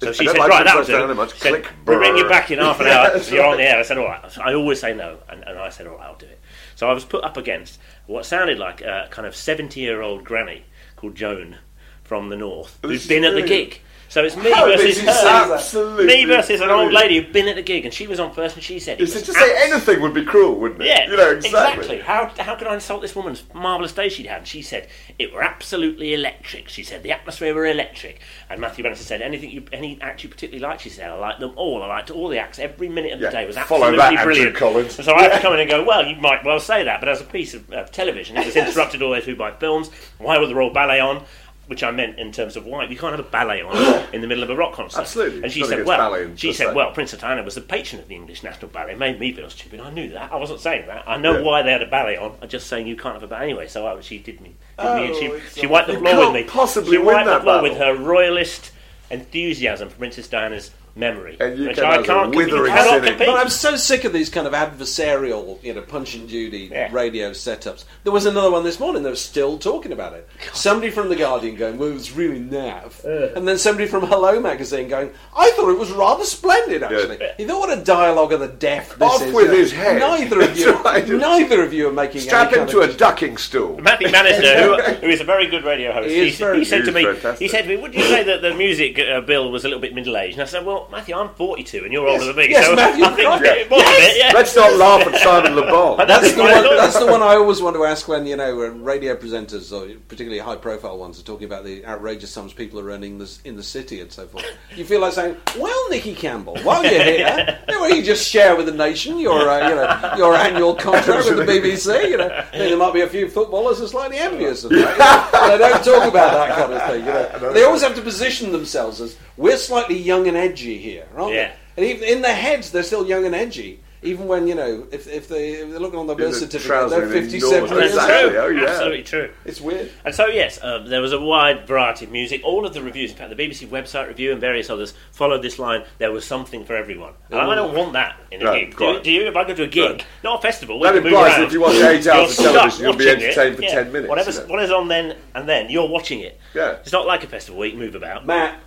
D: So
C: I
D: she
C: don't
D: said,
C: like
D: right, that
C: Princess
D: was it.
C: Diana much.
D: She said,
C: Click,
D: we'll ring you
C: brrr.
D: back in half an hour.
C: Yeah, that's
D: you're on
C: right.
D: the air. I said, all right. I always say no. And, and I said, all right, I'll do it. So I was put up against what sounded like a kind of 70 year old granny called Joan from the north
C: This
D: who'd
C: is
D: been at the
C: brilliant.
D: gig. So it's me
C: How is
D: versus
C: this
D: her.
C: absolutely
D: me versus an old
C: brilliant?
D: lady who'd been at the gig, and she was on first, and she said, it
C: It's
D: was
C: just to say
D: abs-
C: anything would be cruel, wouldn't it?
D: yeah,
C: You know,
D: exactly. How, how could I insult this woman's marvellous day she'd had? And she said, it were absolutely electric. She said, the atmosphere were electric. And Matthew Benson said, anything you, any act you particularly liked? She said, I liked them all. I liked all the acts. Every minute of
C: Yeah,
D: the day was
C: follow
D: absolutely
C: that, Andrew
D: brilliant.
C: Collins.
D: And so I had to come in and go, well, you might well say that, but as a piece of uh, television, it was interrupted all the way through by films. Why were the Royal Ballet on? Which I meant in terms of why you can't have a ballet on in the middle of a rock concert.
C: Absolutely.
D: And she
C: Nothing
D: said,
C: against
D: well,
C: ballet in
D: she
C: per
D: said,
C: se.
D: well, Prince of Diana was the patron of the English National Ballet. It made me feel stupid. I knew that. I wasn't saying that. I know
C: Yeah.
D: why they had a ballet on. I'm just saying you can't have a ballet anyway. So I, she did me. Did me and
E: Oh,
D: she,
E: it's
D: she wiped the
C: You
D: floor with
C: can't
D: me.
C: possibly
D: she
C: win
D: wiped the
C: that
D: floor
C: battle.
D: with her royalist enthusiasm for Princess Diana's memory,
C: And you
D: which
C: can
D: I
C: have a
D: can't. compete-
C: withering
D: cannot
C: cynic.
D: compete.
B: But I'm so sick of these kind of adversarial, you know, punch and Judy
D: Yeah.
B: radio setups. There was another one this morning that was still talking about it. Somebody from The Guardian going, well, it was really naff. And then somebody from Hello magazine going, I thought it was rather splendid, actually.
C: Yeah.
B: You know what a dialogue of the deaf this
C: Off
B: is. uh,
C: with his head.
B: Neither of
C: That's
B: you,
C: right.
B: neither of you are making any
C: Strap him
B: kind
C: to
B: of
C: a ducking stool.
D: Matthew Bannister, who, who is a very good radio host,
B: He is
D: he,
B: very
D: he said
C: good.
D: to me,
C: He's fantastic.
D: he said to me, would you say that the music uh, bill was a little bit middle aged? And I said, well, Matthew, I'm 42 and you're older than me,
B: yes,
D: so
B: Matthew,
D: I think
B: right.
D: it was a bit. Yeah.
C: Let's not laugh at Simon Le Bon.
D: But
B: That's the,
D: what
B: one,
D: I thought.
B: that's the one I always want to ask when you know when radio presenters or particularly high profile ones are talking about the outrageous sums people are earning this, in the city and so forth. You feel like saying, "Well, Nicky Campbell, while you're here, you know, you just share with the nation your uh, you know your annual contract with the BBC? You know, then there might be a few footballers who are slightly envious of that. You know? They don't talk about that kind of thing. You know, they always have to position themselves as we're slightly young and edgy here, aren't we?"
D: Yeah.
B: And even in their heads, they're still young and edgy. Even when you know, if, if they if they're looking on their
C: Yeah,
B: birth
C: the
B: certificate,
C: trousers
B: they're
C: are
B: fifty-seven.
C: enormous.
B: years
D: That's
C: Exactly,
D: true.
C: oh yeah.
D: Absolutely true.
B: old. It's weird.
D: And so, yes, um, there was a wide variety of music. All of the reviews, in fact, the BBC website review and various others followed this line: "There was something for everyone." And I don't want that in a
C: No,
D: gig. Do,
C: quite.
D: do you? If I go to a gig,
C: No.
D: not a festival, we
C: That
D: can move
C: implies
D: around.
C: that if you watch eight
D: You're
C: hours of
D: stuck
C: television, you'll be
D: watching it.
C: entertained for
D: Yeah.
C: 10 minutes,
D: Whatever's,
C: you know.
D: What is on then and then, you're watching it.
C: Yeah.
D: It's not like a festival where you can move about.
B: Matt,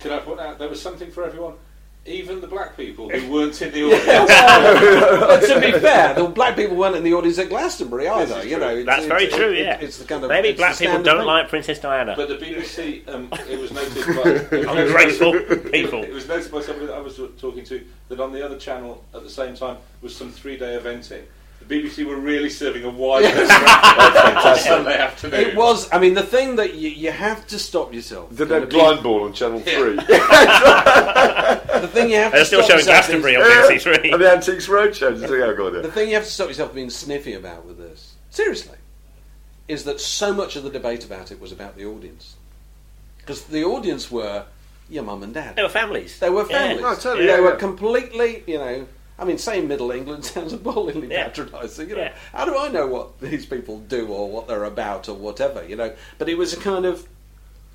E: Can I point out there was something for everyone, even the black people who weren't in the audience?
B: but to be fair, the black people weren't in the audience at Glastonbury either.
E: is
B: You
E: true.
B: know, it's-
D: That's
B: it's-
D: very
B: it-
D: true.
B: it-
D: yeah,
B: it's the kind of
D: maybe
B: it's
D: black
B: the
D: people
B: standard
D: don't
B: thing.
D: like Princess Diana.
E: But the BBC, um, it was noted by it was noted-
D: Ungrateful people.
E: It was noted by somebody that I was t- talking to that on the other channel at the same time was some three-day eventing. The BBC were really serving a wide range on Sunday afternoon.
B: It was. I mean, the thing that you, you have to stop yourself.
C: Did
B: kind
C: that
B: of
C: blind ball on Channel 3?
B: be- the thing you have
D: They're
B: to
D: still
B: stop
D: showing
B: yourself
D: Glastonbury
B: is-
D: on BBC
C: and
D: Three.
C: the Antiques Roadshow. Just think, oh, God, yeah.
B: The thing you have to stop yourself being sniffy about with this, seriously, is that so much of the debate about it was about the audience, because the audience were your mum and dad.
D: They were families.
B: They were
D: Yeah.
B: families.
C: No, totally,
B: They
C: yeah,
B: were
C: yeah.
B: completely, you know. I mean, saying Middle England sounds appallingly
D: Yeah.
B: patronising. You know,
D: Yeah.
B: how do I know what these people do or what they're about or whatever? You know, but it was a kind of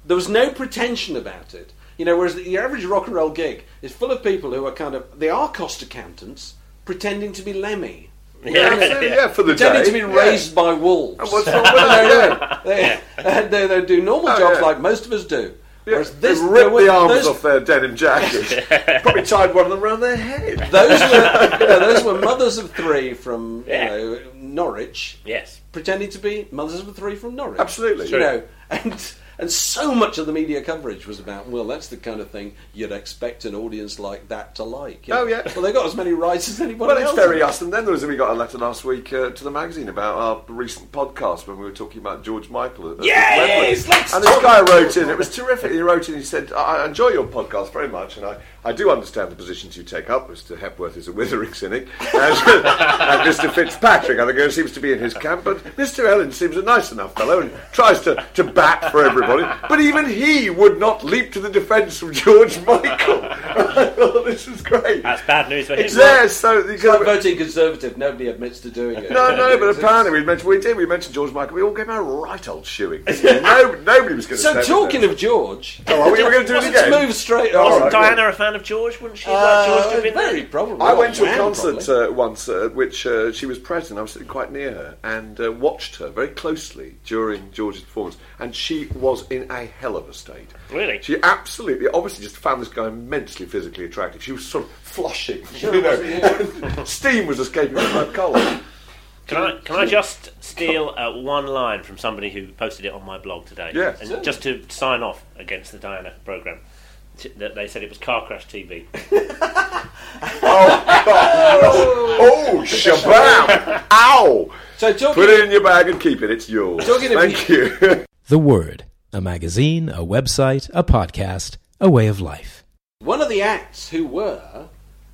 B: there was no pretension about it. You know, whereas the, your average rock and roll gig is full of people who are kind of they are cost accountants pretending to be Lemmy.
C: Yeah, absolutely, yeah, for the
B: pretending
C: day.
B: to be
C: yeah.
B: raised by wolves.
C: And what's wrong with that? Yeah.
B: They, they, they do normal
C: Oh,
B: jobs
C: yeah.
B: like most of us do. Whereas this,
C: They've ripped
B: there were-
C: the arms
B: those-
C: off their denim jackets. Probably tied one of them around their head.
B: those were you know, those were mothers of three from
D: Yeah.
B: you know Norwich,
D: Yes.
B: pretending to be mothers of three from Norwich.
C: Absolutely.
B: you know, and and so much of the media coverage was about well, that's the kind of thing you'd expect an audience like that to like. you
C: Oh,
B: know.
C: yeah.
B: well they got as many rights as anybody
C: Well,
B: else.
C: it's very us. And then there was we got a letter last week uh, to the magazine about our recent podcast when we were talking about George Michael. At, at
B: Yes,
C: Wembley.
B: let's
C: And this
B: talk-
C: guy wrote in. It was terrific. He wrote in. He said, "I I enjoy your podcast very much, and I, I do understand the positions you take up. Mr. Hepworth is a withering cynic, and, and Mr. Fitzpatrick, I think, uh, seems to be in his camp. But Mr. Ellen seems a nice enough fellow and tries to, to bat for everybody. But even he would not leap to the defence of George Michael. this is great.
D: That's bad news for him.
C: It's there, so you
B: It's like
C: gotta-
B: voting Conservative. Nobody admits to doing it.
C: No, no, but apparently we mentioned we did. We mentioned George Michael. We all gave him a right old shoeing. no, nobody was going to.
B: So talking of George,
C: oh, are we were going to do it
B: let's
C: again.
B: move straight on.
C: All
D: Wasn't
C: right,
D: Diana
C: good.
D: a fan of George? Wouldn't she like George to have been
B: Uh, very
D: there?
B: probably.
C: I went to a
B: Wow,
C: concert
B: probably.
C: uh, once, uh, which uh, she was present. I was sitting quite near her and uh, watched her very closely during George's performance, and she was in a hell of a state.
D: Really?
C: She absolutely, obviously, just found this guy immensely physically attractive. She was sort of flushing, you know, steam was escaping from her collar.
D: Can I can I just steal uh, one line from somebody who posted it on my blog today?
C: Yeah,
D: and
C: certainly.
D: just to sign off against the Diana program. t- That they said it was car crash TV.
C: Oh, shabam! Ow!
B: So talking,
C: Put it in your bag and keep it. It's yours.
B: Talking of
C: Thank you.
A: The Word, a magazine, a website, a podcast, a way of life.
B: one of the acts who were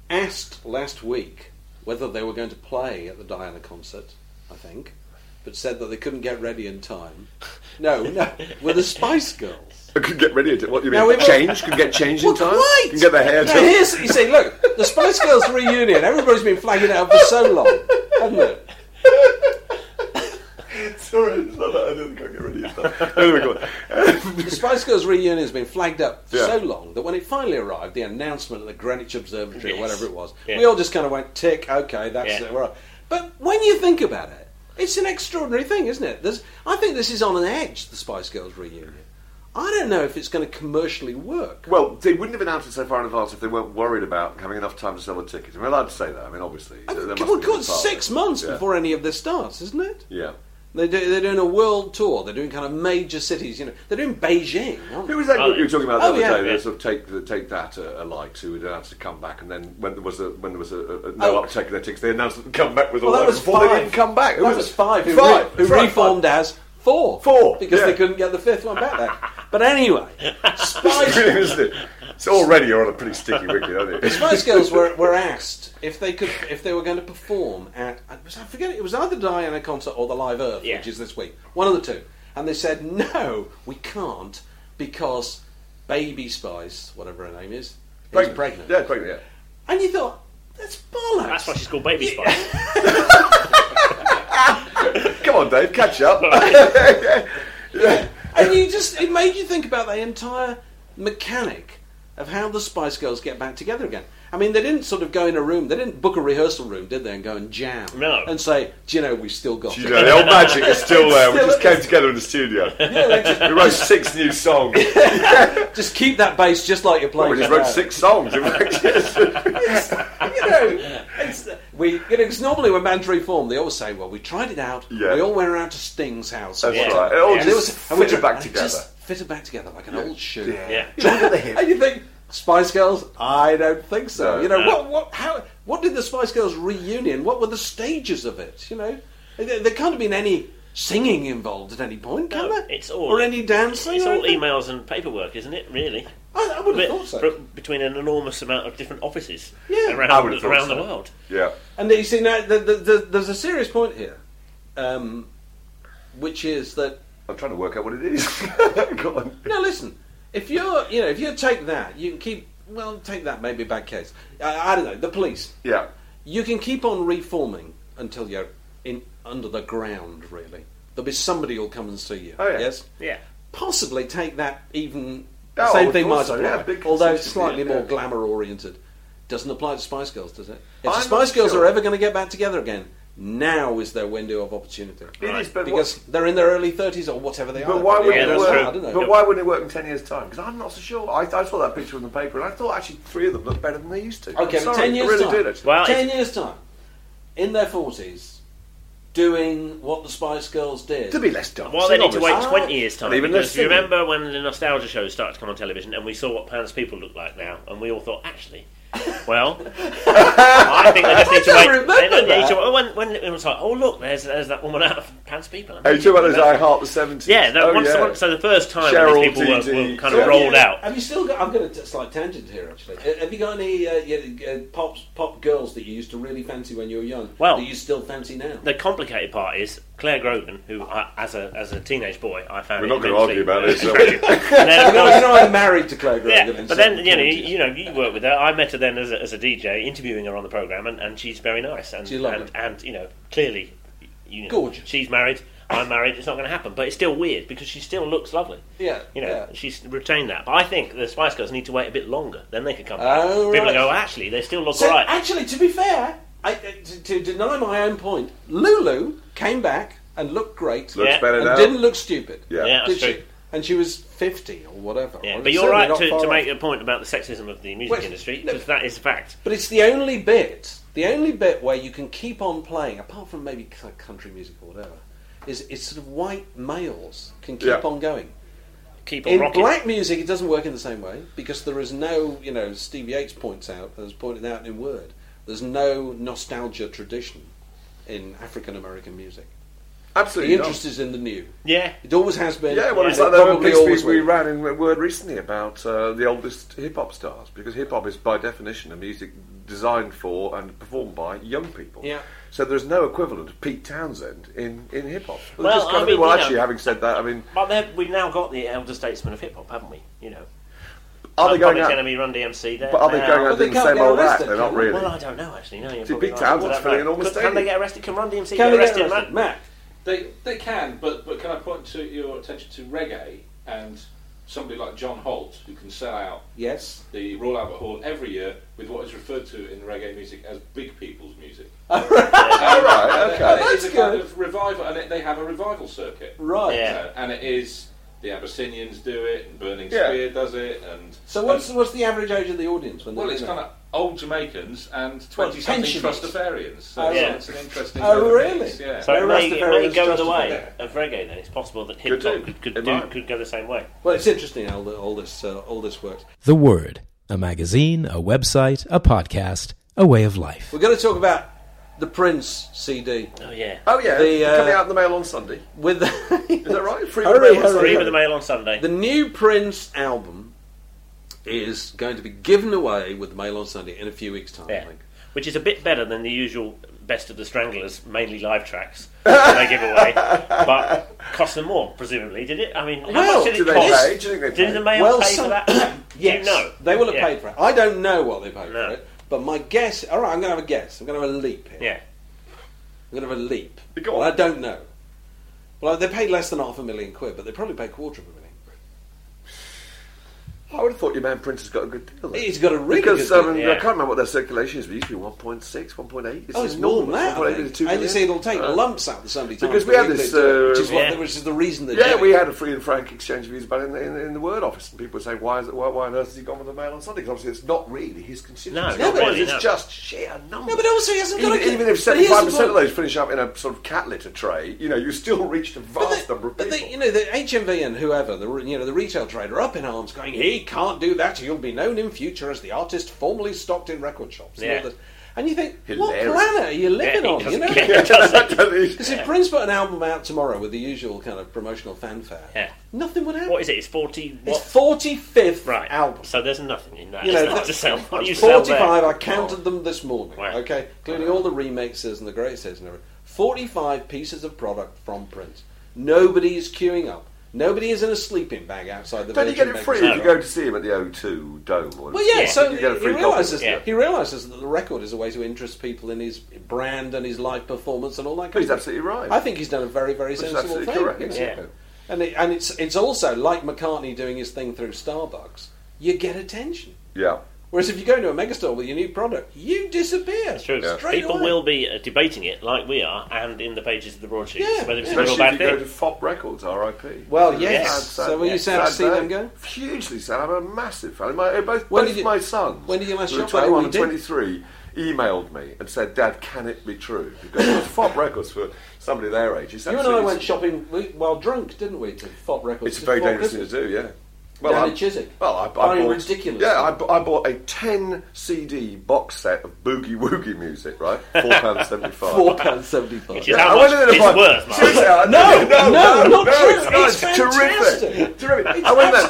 B: asked last week whether they were going to play at the Diana concert, I think, but said that they couldn't get ready in time. No, no, were the Spice Girls.
C: I could get ready to what do you
B: Now,
C: mean?
B: we've-
C: Change? Could get changed in
B: Well,
C: time?
B: quite.
C: Can get their hair
B: Now,
C: done?
B: here's, you see, look, the Spice Girls reunion. Everybody's been flagging it out for so long, hasn't it?
C: Sorry, it's not that. I didn't go get ready in time. Anyway, go on. Um,
B: The Spice Girls reunion has been flagged up for
C: Yeah.
B: so long that when it finally arrived, the announcement at the Greenwich Observatory or
D: Yes.
B: whatever it was,
D: Yeah.
B: we all just kind of went tick. Okay, that's
D: Yeah.
B: it. We're on. But when you think about it, it's an extraordinary thing, isn't it? There's, I think this is on an edge. The Spice Girls reunion. I don't know if it's going to commercially work.
C: Well, they wouldn't have announced it so far in advance if they weren't worried about having enough time to sell the tickets. We're allowed to say that. I mean, obviously.
B: I
C: there
B: think,
C: must
B: well,
C: be
B: God,
C: a part of
B: six
C: it.
B: months
C: Yeah.
B: before any of this starts, isn't it?
C: Yeah.
B: They do, they're doing a world tour. They're doing kind of major cities. You know, they're doing Beijing. Aren't they?
C: Who was that group you were talking about the
B: Oh,
C: other
B: yeah,
C: day?
D: yeah.
C: The sort of take the, take that uh, alike, who would announce to come back, and then when there was a when there was a, a no
B: Oh.
C: uptake of their tickets, they announced to come back with
B: Well,
C: all
B: that was
C: before
B: five.
C: they didn't come back. Who
B: That was,
C: it?
B: five who,
C: Five.
B: re-
C: That's
B: who
C: right,
B: reformed
C: five.
B: as four.
C: Four,
B: because
C: yeah.
B: they couldn't get the fifth one back there. But anyway,
C: It's
B: Spice,
C: really, isn't it? uh, So already you're on a pretty sticky wicket, aren't you?
B: Spice Girls were, were asked if they could if they were going to perform at I, was, I forget it was either Diana concert or the Live Earth,
D: Yeah.
B: which is this week, one of the two, and they said no, we can't because Baby Spice, whatever her name is, is
C: Pregnant.
B: pregnant.
C: Yeah, pregnant. Yeah.
B: And you thought that's bollocks.
D: That's why she's called Baby Spice.
C: Come on, Dave, catch up.
B: And you just it made you think about the entire mechanic of how the Spice Girls get back together again. I mean, they didn't sort of go in a room. They didn't book a rehearsal room, did they? And go and jam.
D: No.
B: And say, do you know we've still got
C: you
B: it."
C: know, the old magic is still there. We
B: Still
C: just
B: there.
C: came together in the studio.
B: they just-
C: We wrote six new songs.
B: Just keep that bass just like you're playing.
C: We just
B: it
C: wrote
B: now.
C: six songs. in fact, yes.
B: you know, it's, we, you know, 'cause normally when bands reform, they always say, "Well, we tried it out.
C: Yeah.
B: We all went around to Sting's house.
C: That's
B: or whatever."
C: right. It all
B: And
C: just
B: it and we
C: fitted
B: tried-
C: back
B: and it
C: together.
B: Just fitted back together like an old shoe.
D: yeah.
B: and you think Spice Girls? I don't think so.
C: No,
B: you know
D: no.
B: what? What? How? What did the Spice Girls reunion? What were the stages of it? You know, there, there can't have been any singing involved at any point, can
D: No,
B: there?
D: it's all
B: or any dancing.
D: It's
B: or
D: all
B: anything?
D: emails and paperwork, isn't it? Really,
B: I, I would have
D: But-
B: thought so.
D: br- between an enormous amount of different offices
B: Yeah.
D: around
C: I would have thought
D: around
C: so.
D: the world.
C: Yeah.
B: And you see, now the, the, the, there's a serious point here, um, which is that
C: I'm trying to work out what it is. Go on.
B: no, listen, if you're, you know, if you take that, you can keep. Well, take that maybe a bad case. I, I don't know. The police.
C: Yeah.
B: You can keep on reforming until you're in under the ground. Really, there'll be somebody who'll come and see you.
C: Oh, yeah.
B: Yes.
D: Yeah.
B: Possibly take that even.
C: Oh,
B: same
C: of
B: thing might
C: course,
B: apply,
C: yeah, big
B: although
C: consistency,
B: slightly
C: yeah.
B: more glamour oriented. Doesn't apply to Spice Girls, does it? If
C: I'm
B: the Spice
C: not
B: Girls
C: sure.
B: are ever going to get back together again, now is their window of opportunity.
C: It is, but
B: because they're in their early thirties or whatever they are.
C: But why
D: Yeah,
C: wouldn't it
D: that's
C: work?
D: true.
B: I don't know.
C: But why wouldn't it work in ten years' time? Because I'm not so sure. I, I saw that picture in the paper, and I thought actually three of them looked better than they used to.
B: Okay,
C: I'm
B: but
C: sorry,
B: ten years
C: I really
B: time.
C: did. Actually.
D: Well,
B: ten years time, in their forties, doing what the Spice Girls did.
C: to be less dumb.
D: Well, they need to wait
B: Ah.
D: 20 years' time.
C: And even
D: because
C: less
D: you
C: singing.
D: remember when the nostalgia shows started to come on television and we saw what Pan's people look like now, and we all thought, actually, well, I think they just need to
B: don't
D: wait. They
B: remember
D: don't need
B: that.
D: to. When, when it was like, oh, look, there's, there's that woman out of pants people.
C: Hey, you talk about those I Heart the 70s.
D: Yeah, that,
C: Oh,
D: once,
C: yeah.
D: once- so the first time
C: Cheryl,
D: when these people were,
C: DD.
D: were kind
C: Yeah.
D: of rolled
B: Yeah.
D: out.
B: Have you still got? I'm going to slight tangent here. Actually, Uh, have you got any uh, yeah, uh, pop pop girls that you used to really fancy when you were young?
D: Well-
B: that you still fancy now?
D: The complicated part is Claire Grogan, who I, as a as a teenage boy I found.
C: We're not
D: going
C: gonna argue about this, are we?
B: you
D: and then, of
B: know,
D: course,
B: you know, I'm married to Claire Grogan.
D: yeah,
B: in
D: but then
B: certain
D: you know,
B: quantities.
D: you know, you work with her. I met her then as a, as a DJ, interviewing her on the program, and, and she's very nice and
B: She's lovely.
D: and, and you know clearly, you know,
B: Gorgeous.
D: She's married. I'm married. It's not going to happen, but it's still weird because she still looks lovely.
B: Yeah,
D: you know,
B: yeah.
D: she's retained that. But I think the Spice Girls need to wait a bit longer. Then they can come. back.
B: Oh,
D: People
B: right.
D: go. Actually, they still look
B: So,
D: alright.
B: actually, to be fair, I, uh, to, to deny my own point, Lulu came back and looked great
C: Looks
D: Yeah.
C: better
B: and
C: now.
B: didn't look stupid.
C: Yeah.
D: Yeah,
B: did
D: that's
B: she?
D: true.
B: And she was fifty or whatever.
D: Yeah,
B: Well,
D: but you're
B: certainly
D: right
B: not
D: to,
B: far
D: to make
B: off.
D: a point about the sexism of the music
B: Well,
D: industry
B: no.
D: because that is a fact.
B: But it's the only bit, the only bit where you can keep on playing, apart from maybe c- country music or whatever, is it's sort of white males can keep
C: Yeah.
B: on going.
D: Keep on
B: In
D: rocking.
B: black music, it doesn't work in the same way because there is no, you know, Steve Yates points out, as pointed out in Word, there's no nostalgia tradition in African American music. The
C: Absolutely. not.
B: interest is in the new.
D: Yeah,
B: It always has been.
C: Yeah, well,
B: and
C: it's
B: it
C: like that
B: probably
C: piece
B: always
C: we, we
B: will.
C: ran in Word recently about uh, the oldest hip hop stars, because hip hop is by definition a music designed for and performed by young people.
B: Yeah.
C: So there's no equivalent of Pete Townsend in, in hip hop.
D: Well,
C: just kind
D: I
C: of-
D: mean,
C: well
D: you know-
C: actually, having said that, I mean,
D: but then we've now got the elder statesman of hip hop, haven't we? You know,
C: are they going
D: Public
C: out?
D: Enemy, Run DMC. There,
C: But are they
D: now.
C: going
B: But
C: out
B: they
C: doing the
B: can't
C: same
B: get
C: old act?
B: arrested,
C: They're
B: can
C: not
B: they?
C: really.
D: Well, I don't know actually. No, you're
C: See,
D: probably
C: Big
D: right. I
C: Townsend's
D: don't know.
C: filling an almost
D: Can they
C: daily.
D: get arrested? Can Run DMC
B: Can we
D: get
B: get
D: arrested?
B: arrested?
D: Matt?
B: Matt.
E: They they can, but but can I point to your attention to reggae and somebody like John Holt who can sell out
B: Yes.
E: the Royal Albert Hall every year with what is referred to in reggae music as big people's music.
C: All right,
E: And
C: okay.
E: Uh, it is a
B: That's
E: kind
B: good.
E: of revival, and it, they have a revival circuit.
B: Right.
E: You
D: Yeah.
E: know, and it is the Abyssinians do it, and Burning
C: Yeah.
E: Spear does it, and
B: So what's
E: and-
B: what's the average age of the audience when
E: well,
B: they're
E: it's
B: doing
E: kind
B: that?
E: of old Jamaicans and twenty-something
B: pensioners.
E: Trustafarians. So
B: Oh,
E: it's-
D: yeah.
E: it's an interesting.
B: Oh,
E: kind of
B: really?
E: mix, Yeah.
D: So it may, it may
B: Rastafarians
D: go the
B: justify
D: way
B: that.
D: of reggae. Then it's possible that hip
C: Could
D: hop
C: do.
D: could could,
C: It
D: do,
C: might.
D: could go the same way.
B: Well, it's interesting how the, all this uh, all this works.
A: The Word, a magazine, a website, a podcast, a way of life.
B: We're going to talk about the Prince CD
D: Oh yeah.
C: Oh, yeah.
B: The, uh,
C: coming out in the mail on Sunday.
B: with the,
C: Is that right? Free
B: Hurry,
C: mail on
B: hurry,
C: Sunday.
D: Free with the mail on Sunday.
B: the new Prince album is going to be given away with the Mail on Sunday in a few weeks' time. I
D: Yeah.
B: think.
D: Which is a bit better than the usual best of the Stranglers, mainly live tracks they give away, but cost them more, presumably. Did it? I mean, how
B: Well,
D: much did it
C: do they
D: cost?
C: pay? Do you think they
D: Did the
C: pay?
D: mail
B: Well,
D: pay
B: some-
D: for that?
B: Yes,
D: do you know?
B: they will have
D: Yeah.
B: paid for it. I don't know what they paid
D: No.
B: for it, but my guess. All right, I'm going to have a guess. I'm going to have a leap here.
D: Yeah.
B: I'm going to have a leap.
C: Go on.
B: Well, I don't know. Well, they paid less than half a million quid, but they probably paid a quarter of a million.
C: I would have thought your man Prince has got a good deal. There.
B: He's got a really
C: because,
B: good
C: um,
D: deal.
C: I can't remember what their circulation is, but it used to be 1.6, 1.8.
B: Oh, it's more than that. I
C: 1.8
B: think.
C: to 2
B: And you
C: million.
B: see, it'll take
C: Uh,
B: lumps out of somebody's
C: because
B: time
C: we
B: for
C: had
B: the
C: this,
B: weekly to-
C: uh,
B: which is
D: yeah.
B: what, which is the reason they
C: Yeah, we had a free and frank exchange of views about it in the, in, the- in the Word office, and people were saying, why, is it, why, why on earth has he gone with the mail on Sunday? Because obviously it's not really his
D: No,
C: constituency.
B: not
C: Because
D: really,
C: it's
D: no.
C: just sheer numbers.
B: No, but also he hasn't
C: even,
B: got a-
C: Even if
B: but he hasn't
C: 75% of
B: got-
C: those finish up in a sort of cat litter tray, you know, you still reached a
B: But,
C: vast
B: the,
C: number of
B: but
C: people.
B: the, you know, the HMV and whoever, the re- you know, the retail trade are up in arms, going, "He can't do that. He'll be known in future as the artist formerly stocked in record shops." and all
D: Yeah.
B: this. And you think,
C: Hilarious.
B: what planet are you living
D: he
B: on? You
D: doesn't
B: know,
D: care.
B: because if Prince put an album out tomorrow with the usual kind of promotional fanfare,
D: Yeah.
B: nothing would happen.
D: What is it? It's 40.
B: It's
D: What?
B: forty fifth
D: right.
B: album.
D: So there's nothing in that.
B: You
D: You
B: know,
D: know,
B: that's-
D: to sell. What you sell there.
B: 45, I counted them this morning,
D: Wow.
B: okay? Including all the remixes and the greatest and everything. 45 pieces of product from Prince. Nobody is queuing up. Nobody is in a sleeping bag outside the
C: Don't you
B: Virgin
C: get it
B: Meg's
C: free
B: shop.
C: if you go to see him at the O2 Dome? Or
B: Well, yeah,
D: Yeah.
B: so
C: You get a
B: he
C: free copy,
B: realises,
D: yeah.
B: he realises that the record is a way to interest people in his brand and his live performance and all that kind
C: He's
B: of
C: absolutely right.
B: I think he's done a very, very
C: is
B: sensible
C: absolutely
B: thing.
C: correct,
B: you know?
D: yeah.
B: And, it, and it's, it's also, like McCartney doing his thing through Starbucks, you get attention.
C: Yeah.
B: Whereas if you go into a megastore with your new product, you disappear.
D: That's true.
C: Yeah.
B: Straight
D: People
B: away.
D: will be uh, debating it, like we are, and in the pages of the broadsheets,
B: Yeah,
D: whether it's
B: yeah.
D: a good or
C: Especially if
D: bad
C: you
D: thing.
C: go to FOP Records, RIP.
B: Well, yes.
C: Sad,
B: So were you sad to see
C: day.
B: them go?
C: Hugely sad. I'm a massive fan. My, both
B: When
C: both
B: did you-
C: my sons,
B: when did you last
C: who were
B: shop? Oh,
C: 21
B: you
C: and
B: did.
C: 23, emailed me and said, Dad, can it be true? Because it was FOP Records for somebody their age. It's
B: You and I
C: absolutely-
B: went shopping we- while drunk, didn't we, to Fop Records?
C: It's a
B: just
C: very
B: before
C: dangerous thing
B: Christmas.
C: to do, yeah. Well,
B: Down
C: I'm-
B: in Chiswick.
C: Well, I, I
B: I mean,
C: bought,
B: ridiculous.
C: Yeah, I, bu- I bought a ten CD box set of boogie woogie music, right? Four pounds seventy five.
B: Four pounds seventy five.
D: Which is how much it's worth, Mark.
C: Seriously, I-
B: No, no, not
C: no,
B: true.
C: It's, not.
B: It's
C: It's
B: fantastic.
C: terrific. terrific. I went there.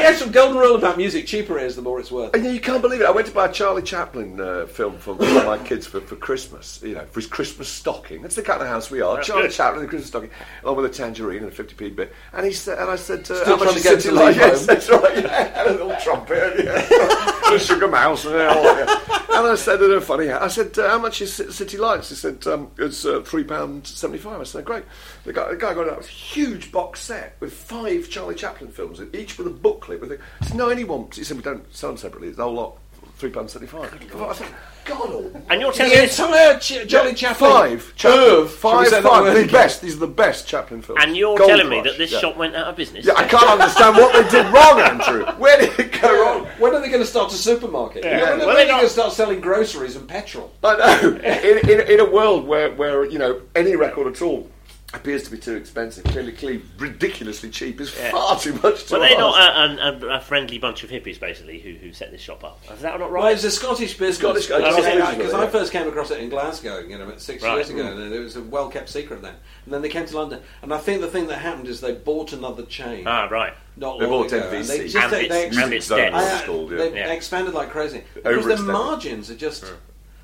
B: The actual golden rule about music: cheaper it is, the more it's worth.
C: And you can't believe it. I went to buy a Charlie Chaplin uh, film for, for my kids for, for Christmas, you know, for his Christmas stocking. That's the kind of house we are. Charlie
D: good.
C: Chaplin, the Christmas stocking, along with a tangerine and a 50p bit. And he said, and I said, uh,
B: Still
C: how much
B: trying to
C: is
B: get him
C: City
B: to leave
C: Light? Yes,
B: home.
C: that's right. Yeah, and a little trumpet, yeah. and a sugar mouse and all that. yeah. And I said in a funny hat, I said, uh, how much is Ci- City Lights? He said, um, it's uh, £3.75. I said, great. The guy, the guy got out a huge box set with five Charlie Chaplin films, in, each with a booklet. With a, it's 91, he said, we don't sell them separately, it's the whole lot. £3.75. I said, God almighty.
D: And you're telling
B: The
D: me,
B: entire Ch- Jolly Chaplin.
C: Five. Chaplin.
B: Irv, shall we
C: Five.
B: say that
C: five
B: word
C: the
B: again?
C: best. These are the best Chaplin films.
D: and you're
C: Gold
D: telling me
C: Rush,
D: that this
C: yeah.
D: shop went out of business.
C: Yeah, I can't understand what they did wrong, Andrew. Where did it go wrong?
B: When are they going to start a supermarket? When
D: Yeah.
B: are
D: Well,
B: they
D: they're
B: going to
D: not-
B: start selling groceries and petrol?
C: I know. In, in, in a world where, where you know any record at all appears to be too expensive, clearly, clearly ridiculously cheap is far too much to
D: Well, they're
C: ask.
D: not a, a, a friendly bunch of hippies, basically, who, who set this shop up. Is that not
B: Well,
D: right?
B: it's a Scottish business.
C: Scottish- Scottish
B: Because
C: business,
B: I
C: yeah.
B: first came across it in Glasgow, you know, about six
D: Right.
B: years ago, and it was a well kept secret then. And then they came to London, and I think the thing that happened is they bought another chain.
D: ah, right.
B: Not
C: They
B: long
C: bought
B: ago, and
C: MVC.
B: they just
D: And
B: they, they
D: it's- and it's
B: expanded,
D: dead.
C: I- it's called, yeah.
B: they
D: Yeah.
B: expanded like crazy because their
C: Overextended.
B: margins are just,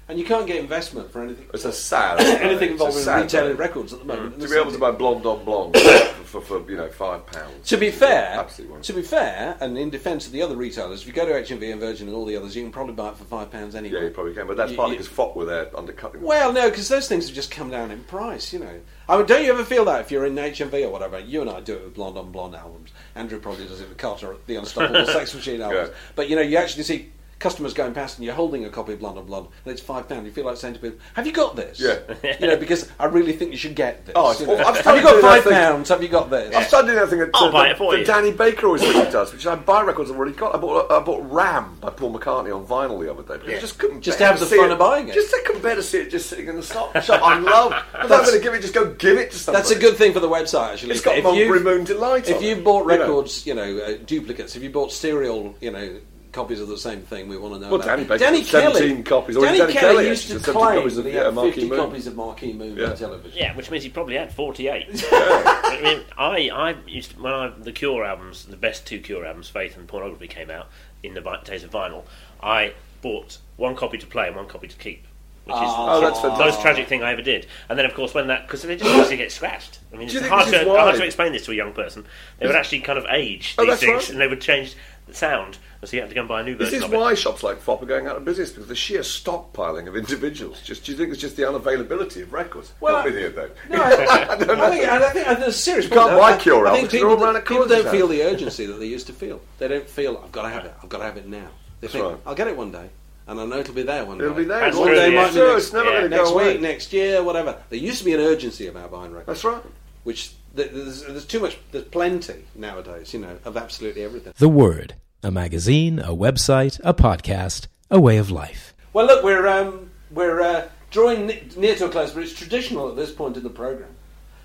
B: and you can't get investment for anything.
C: Hmm. It's a sad.
B: anything
C: it's a
B: involving
C: sad
B: retailing
C: time.
B: records at the moment. in
C: To
B: the
C: be able to
B: city.
C: buy blonde on blonde for, for, for you know five pounds.
B: To be fair,
C: absolutely.
B: to be fair, and in defence of the other retailers, if you go to H&V and Virgin and all the others, you can probably buy it for five pounds anyway.
C: Yeah, you probably can, but that's
B: You-
C: partly
B: you-
C: because Fop were there undercutting. them.
B: Well, no, because those things have just come down in price, you know. I mean, don't you ever feel that if you're in HMV or whatever? You and I do it with Blonde on Blonde albums. Andrew probably does it with Carter, the Unstoppable Sex Machine albums.
C: Yeah.
B: But, you know, you actually see customers going past and you're holding a copy of Blonde on Blonde and it's £5. pound. You feel like saying to people, have you got this?
C: Yeah.
B: you know, because I really think you should get this.
C: Oh, it's
B: you know.
C: aw- I've
B: have you
C: started
B: got
C: doing that
B: £5?
C: thing.
B: pounds? Have you got this?
C: I've started doing that thing that,
D: I'll
C: uh,
D: buy
C: that-
D: it for
C: that
D: you.
C: Danny Baker always really does, which is I buy records I've already got. I bought, uh, I bought Ram by Paul McCartney on vinyl the other day. Because I just couldn't
B: Just
C: bear
B: to have the
C: see
B: fun of buying it.
C: Just I couldn't bear to see it just sitting in the stock shop. I love. If I'm going to give it, just go give it to somebody.
B: That's a good thing for the website, actually.
C: It's got
B: If
C: Mulberry
B: you've-
C: Moon Delight
B: If
C: on
B: you've
C: it,
B: bought
C: you know.
B: records, you know, uh, duplicates, if you bought serial, you know, copies of the same thing, we want to know.
C: Well,
B: about.
C: Danny Baker
B: Danny
C: got
B: Kelly,
C: 17 copies, or
B: Danny,
C: Danny
B: Kelly,
C: Kelly
B: used to
C: actually, 17
B: claim
C: copies of,
B: that he
C: yeah,
B: had
C: Marquee
B: 50
C: Moon.
B: copies of Marquee Moon
C: Yeah.
B: on television.
D: Yeah, which means he probably had 48. I mean, I, I used to, when I, the Cure albums, the best two Cure albums, Faith and Pornography, came out in the vi- days of vinyl. I bought one copy to play and one copy to keep, which is
B: Oh,
C: Ah. that's
D: the most
C: fantastic.
D: tragic thing I ever did. And then, of course, when that because they just obviously get scratched. I mean,
C: Do you
D: it's
C: think
D: hard
C: this
D: to,
C: is why?
D: hard to explain this to a young person. They would actually kind of age
C: Oh,
D: these
C: that's
D: things,
C: right.
D: and they would change the sound, and so you had to go and buy a new
C: This
D: version
C: is
D: of it.
C: why shops like Fop are going out of business because the sheer stockpiling of individuals. Just do you think it's just the unavailability of records?
B: Well,
C: Help me here, though.
B: No, I, I, think, I think and there's a serious.
C: You can't
B: point.
C: buy
B: I-
C: Cure
B: I
C: albums,
B: think
C: they're
B: people,
C: all round at
B: people
C: Christmas
B: don't feel the urgency that they used to feel. They don't feel I've got to have it. I've got to have it now. They think
C: right.
B: I'll get it one day, and I know it'll be there one
C: It'll
B: day.
C: be there
D: That's
C: one
D: true,
C: day.
D: yeah.
C: might be Sure, it's never
D: Yeah.
C: going to
B: next
C: go
B: week,
C: away.
B: next year, whatever. There used to be an urgency about buying records.
C: That's right.
B: Which th- there's, there's too much. There's plenty nowadays, you know, of absolutely everything.
A: The Word, a magazine, a website, a podcast, a way of life.
B: Well, look, we're um, we're uh, drawing ne- near to a close, but it's traditional at this point in the program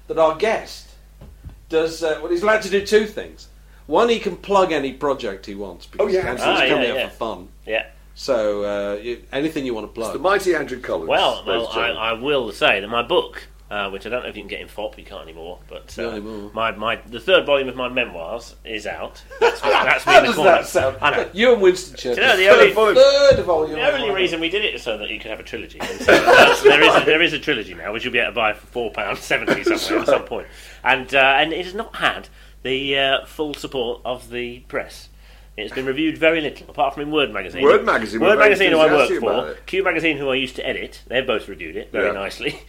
B: that our guest does. Uh, well, he's allowed to do two things. One, he can plug any project he wants because
C: Oh, yeah.
B: Anthony's
D: Ah, yeah,
B: coming
D: yeah.
B: up for fun.
D: Yeah.
B: So uh, you, anything you want to
C: The
B: plug.
C: mighty Andrew Collins.
D: Well,
C: ladies
D: well,
C: and
D: I,
C: gentlemen.
D: I will say that my book, uh, which I don't know if you can get in FOP, you can't anymore. But uh,
B: Not anymore.
D: my my the third volume of my memoirs is out. That's, what, that's me
B: How
D: in the
B: does
D: corner.
B: that sound?
D: I know.
B: You and Winston Churchill.
D: You know, the only-
B: third, volume.
D: The only reason we did it is so that you could have a trilogy. And so that's- there, is a, there is a trilogy now, which you'll be able to buy for four pounds seventy somewhere at some point. And uh, and it has not had the uh, full support of the press. It's been reviewed very little, apart from in Word magazine.
C: Word Magazine were
D: Word
C: very
D: magazine, who I work
C: enthusiastic about
D: for,
C: it.
D: Q magazine, who I used to edit. They've both reviewed it very
C: Yeah.
D: nicely.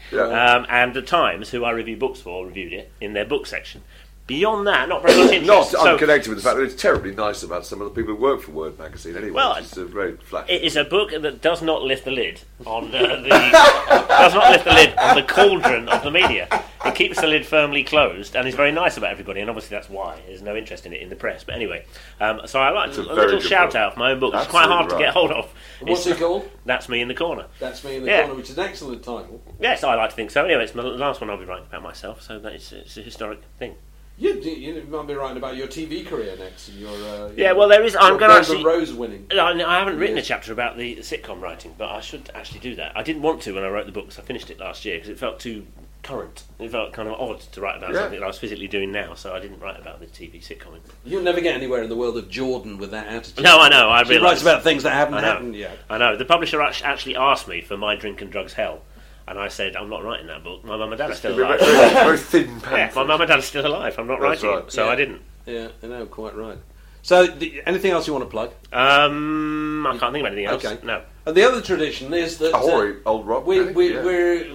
C: Yeah.
D: Um, and the Times, who I review books for, reviewed it in their book section. Beyond that, not very much interest.
C: Not
D: So-
C: unconnected with the fact that it's terribly nice about some of the people who work for Word magazine anyway.
D: Well,
C: it's a very flash.
D: It is a book that does not lift the lid on uh, the does not lift the lid on the cauldron of the media. It keeps the lid firmly closed and is very nice about everybody. And obviously that's why there's no interest in it in the press. But anyway, um, so I like
C: It's a
D: a,
C: very
D: little
C: good
D: shout
C: book.
D: out for my own book. It's quite hard to
C: Absolutely
D: get
C: right.
D: hold of.
B: What's
D: It's-
B: it called?
D: That's me in the corner.
B: That's me in the
D: Yeah.
B: corner, which is an excellent title.
D: Yes, I like to think so. Anyway, it's the last one I'll be writing about myself, so that is, it's a historic thing.
B: You, you might be writing about your TV career next. And your, uh, your-
D: Yeah, well, there is. I'm
B: your
D: going to
B: Golden
D: actually.
B: Rose winning.
D: I, I haven't written a chapter about the sitcom writing, but I should actually do that. I didn't want to when I wrote the book, so I finished it last year because it felt too current. It felt kind of odd to write about
C: Yeah.
D: something that I was physically doing now, so I didn't write about the TV sitcom.
B: You'll never get anywhere in the world of Jordan with that attitude.
D: No, I know. I
B: She
D: realise.
B: writes about things that haven't
D: I know.
B: happened yet.
D: I know. The publisher act- actually asked me for my drink and drugs hell, and I said I'm not writing that book. My mum and dad are still
C: Very,
D: alive.
C: very thin
D: yeah,
C: pamphlet.
D: my mum and dad are still alive. I'm not
C: That's
D: writing
C: right.
D: it, so
B: Yeah.
D: I didn't.
B: Yeah, I know, quite right. So, the, anything else you want to plug?
D: Um, I can't think of anything else.
B: Okay.
D: No.
B: And the other tradition is that. uh,
C: Oh, sorry, old Rob,
B: We,
C: really?
B: we,
C: Yeah.
B: we're,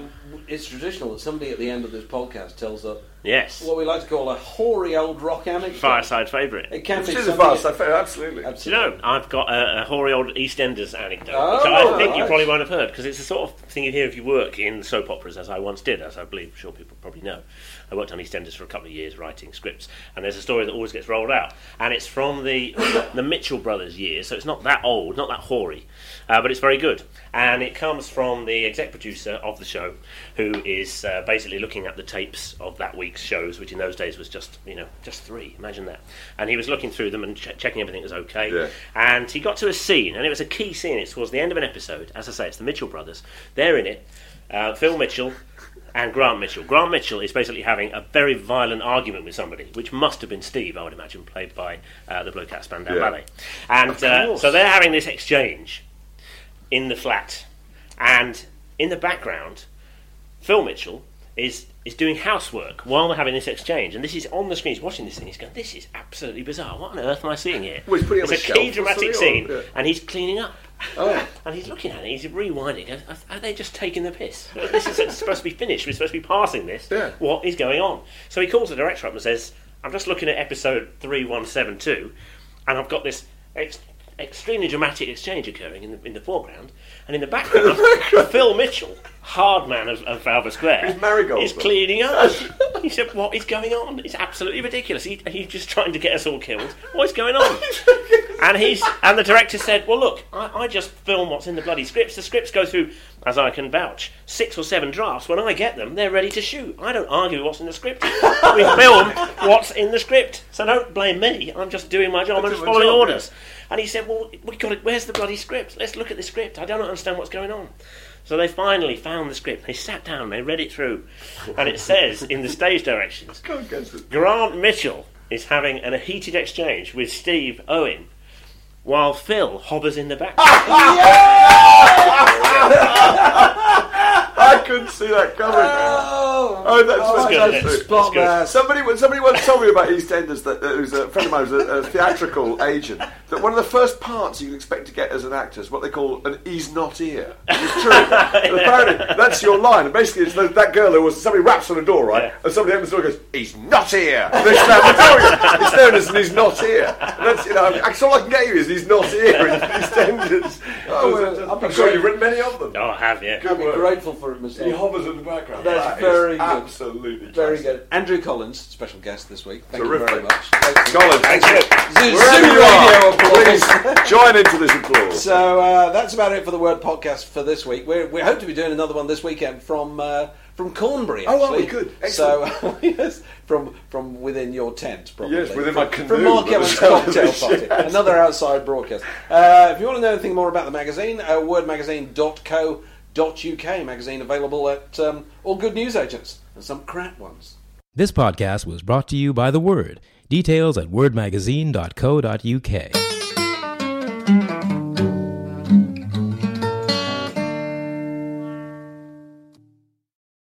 B: it's traditional that somebody at the end of this podcast tells us
D: Yes.
B: what we like to call a hoary old rock anecdote.
D: Fireside favourite.
B: It can
C: It's
B: be
C: just
B: something-
C: fast, I think, absolutely.
D: Do you know, I've got a, a hoary old EastEnders anecdote,
B: Oh,
D: which I think you
B: right.
D: probably won't have heard, because it's the sort of thing you hear if you work in soap operas, as I once did, as I believe sure people probably know. I worked on EastEnders for a couple of years writing scripts, and there's a story that always gets rolled out, and it's from the the Mitchell brothers' years, so it's not that old, not that hoary, uh, but it's very good, and it comes from the exec producer of the show, who is uh, basically looking at the tapes of that week's shows, which in those days was just you know just three. Imagine that, and he was looking through them and che- checking everything was okay
C: Yeah.
D: and he got to a scene, and it was a key scene. It was the end of an episode. As I say, it's the Mitchell brothers. They're in it. Uh, Phil Mitchell and Grant Mitchell. Grant Mitchell is basically having a very violent argument with somebody, which must have been Steve, I would imagine, played by uh, the bloke out of Spandau
C: Yeah.
D: Ballet. And uh, so they're having this exchange in the flat, and in the background, Phil Mitchell is is doing housework while they're having this exchange, and this is on the screen. He's watching this thing. He's going, "This is absolutely bizarre. What on earth am I seeing here?"
C: Well, he's putting it
D: it's
C: on
D: a
C: the
D: key
C: shelf or
D: dramatic
C: something,
D: scene,
C: or- yeah.
D: and he's cleaning up.
B: Oh.
D: And he's looking at it, he's rewinding. Are, are they just taking the piss? This is it's supposed to be finished. We're supposed to be passing this.
C: Yeah.
D: What is going on? So he calls the director up and says, I'm just looking at episode 3172, and I've got this ex- extremely dramatic exchange occurring in the, in the foreground. And in the
C: Oh
D: background, Phil Mitchell, hard man of, of Valva Square,
C: He's marigold.
D: is cleaning up. he said, What is going on? It's absolutely ridiculous. He, he's just trying to get us all killed. What is going on? and he's and the director said, "Well, look, I, I just film what's in the bloody scripts. The scripts go through, as I can vouch, six or seven drafts. When I get them, they're ready to shoot. I don't argue what's in the script. we film what's in the script. So don't blame me. I'm just doing my job. I'm just
C: doing my
D: following
C: job,
D: orders." And he said, "Well, we got it. Where's the bloody script? Let's look at the script. I don't understand what's going on." So they finally found the script. They sat down. They read it through, and it says in the stage directions,
C: Can't guess it.
D: Grant Mitchell is having an, a heated exchange with Steve Owen while Phil hovers in the background.
C: I couldn't see that coming.
B: Oh,
C: Oh, that's
D: good.
C: fantastic.
B: Spot
D: good.
B: there.
C: Somebody, somebody once told me about EastEnders that uh, who's a friend of mine who's a, a theatrical agent that one of the first parts you can expect to get as an actor is what they call an "e's not here." It's true. And apparently, that's your line. And basically, it's that, that girl who was somebody raps on the door, right?
D: Yeah.
C: And somebody opens the door and goes, "He's not here." And they slam the door. again. It's known as an "he's not here." And that's you know, that's all I can get you is "he's not here" in EastEnders.
B: Oh, well,
C: It's-
B: I'll be
C: I'm sure
B: great.
C: you've written many of them.
D: oh, I have, yeah.
B: I'd be grateful for it myself.
C: He hovers in the background.
B: That's
C: That is
B: very good.
C: Absolutely.
B: Very
C: classic.
B: good. Andrew Collins, special guest this week. Thank you very
C: Terrific.
B: much. Thanks.
C: Colin, thank you.
B: Zoo-
C: Wherever
B: Zoo
C: you
B: Radio
C: are,
B: applause.
C: please join into this applause.
B: So uh, that's about it for the Word Podcast for this week. We're, we hope to be doing another one this weekend from uh, from Cornbury.
C: Oh, are we?
B: actually.
C: Good.
B: So yes, from from within your tent, probably.
C: Yes, within my canoe
B: From Mark
C: that
B: Evans'
C: was out
B: cocktail
C: of the
B: party.
C: shed.
B: Another outside broadcast. Uh, if you want to know anything more about the magazine, uh, wordmagazine.co.uk magazine available at um, all good news agents and some crap ones.
A: This podcast was brought to you by The Word. Details at wordmagazine.co.uk.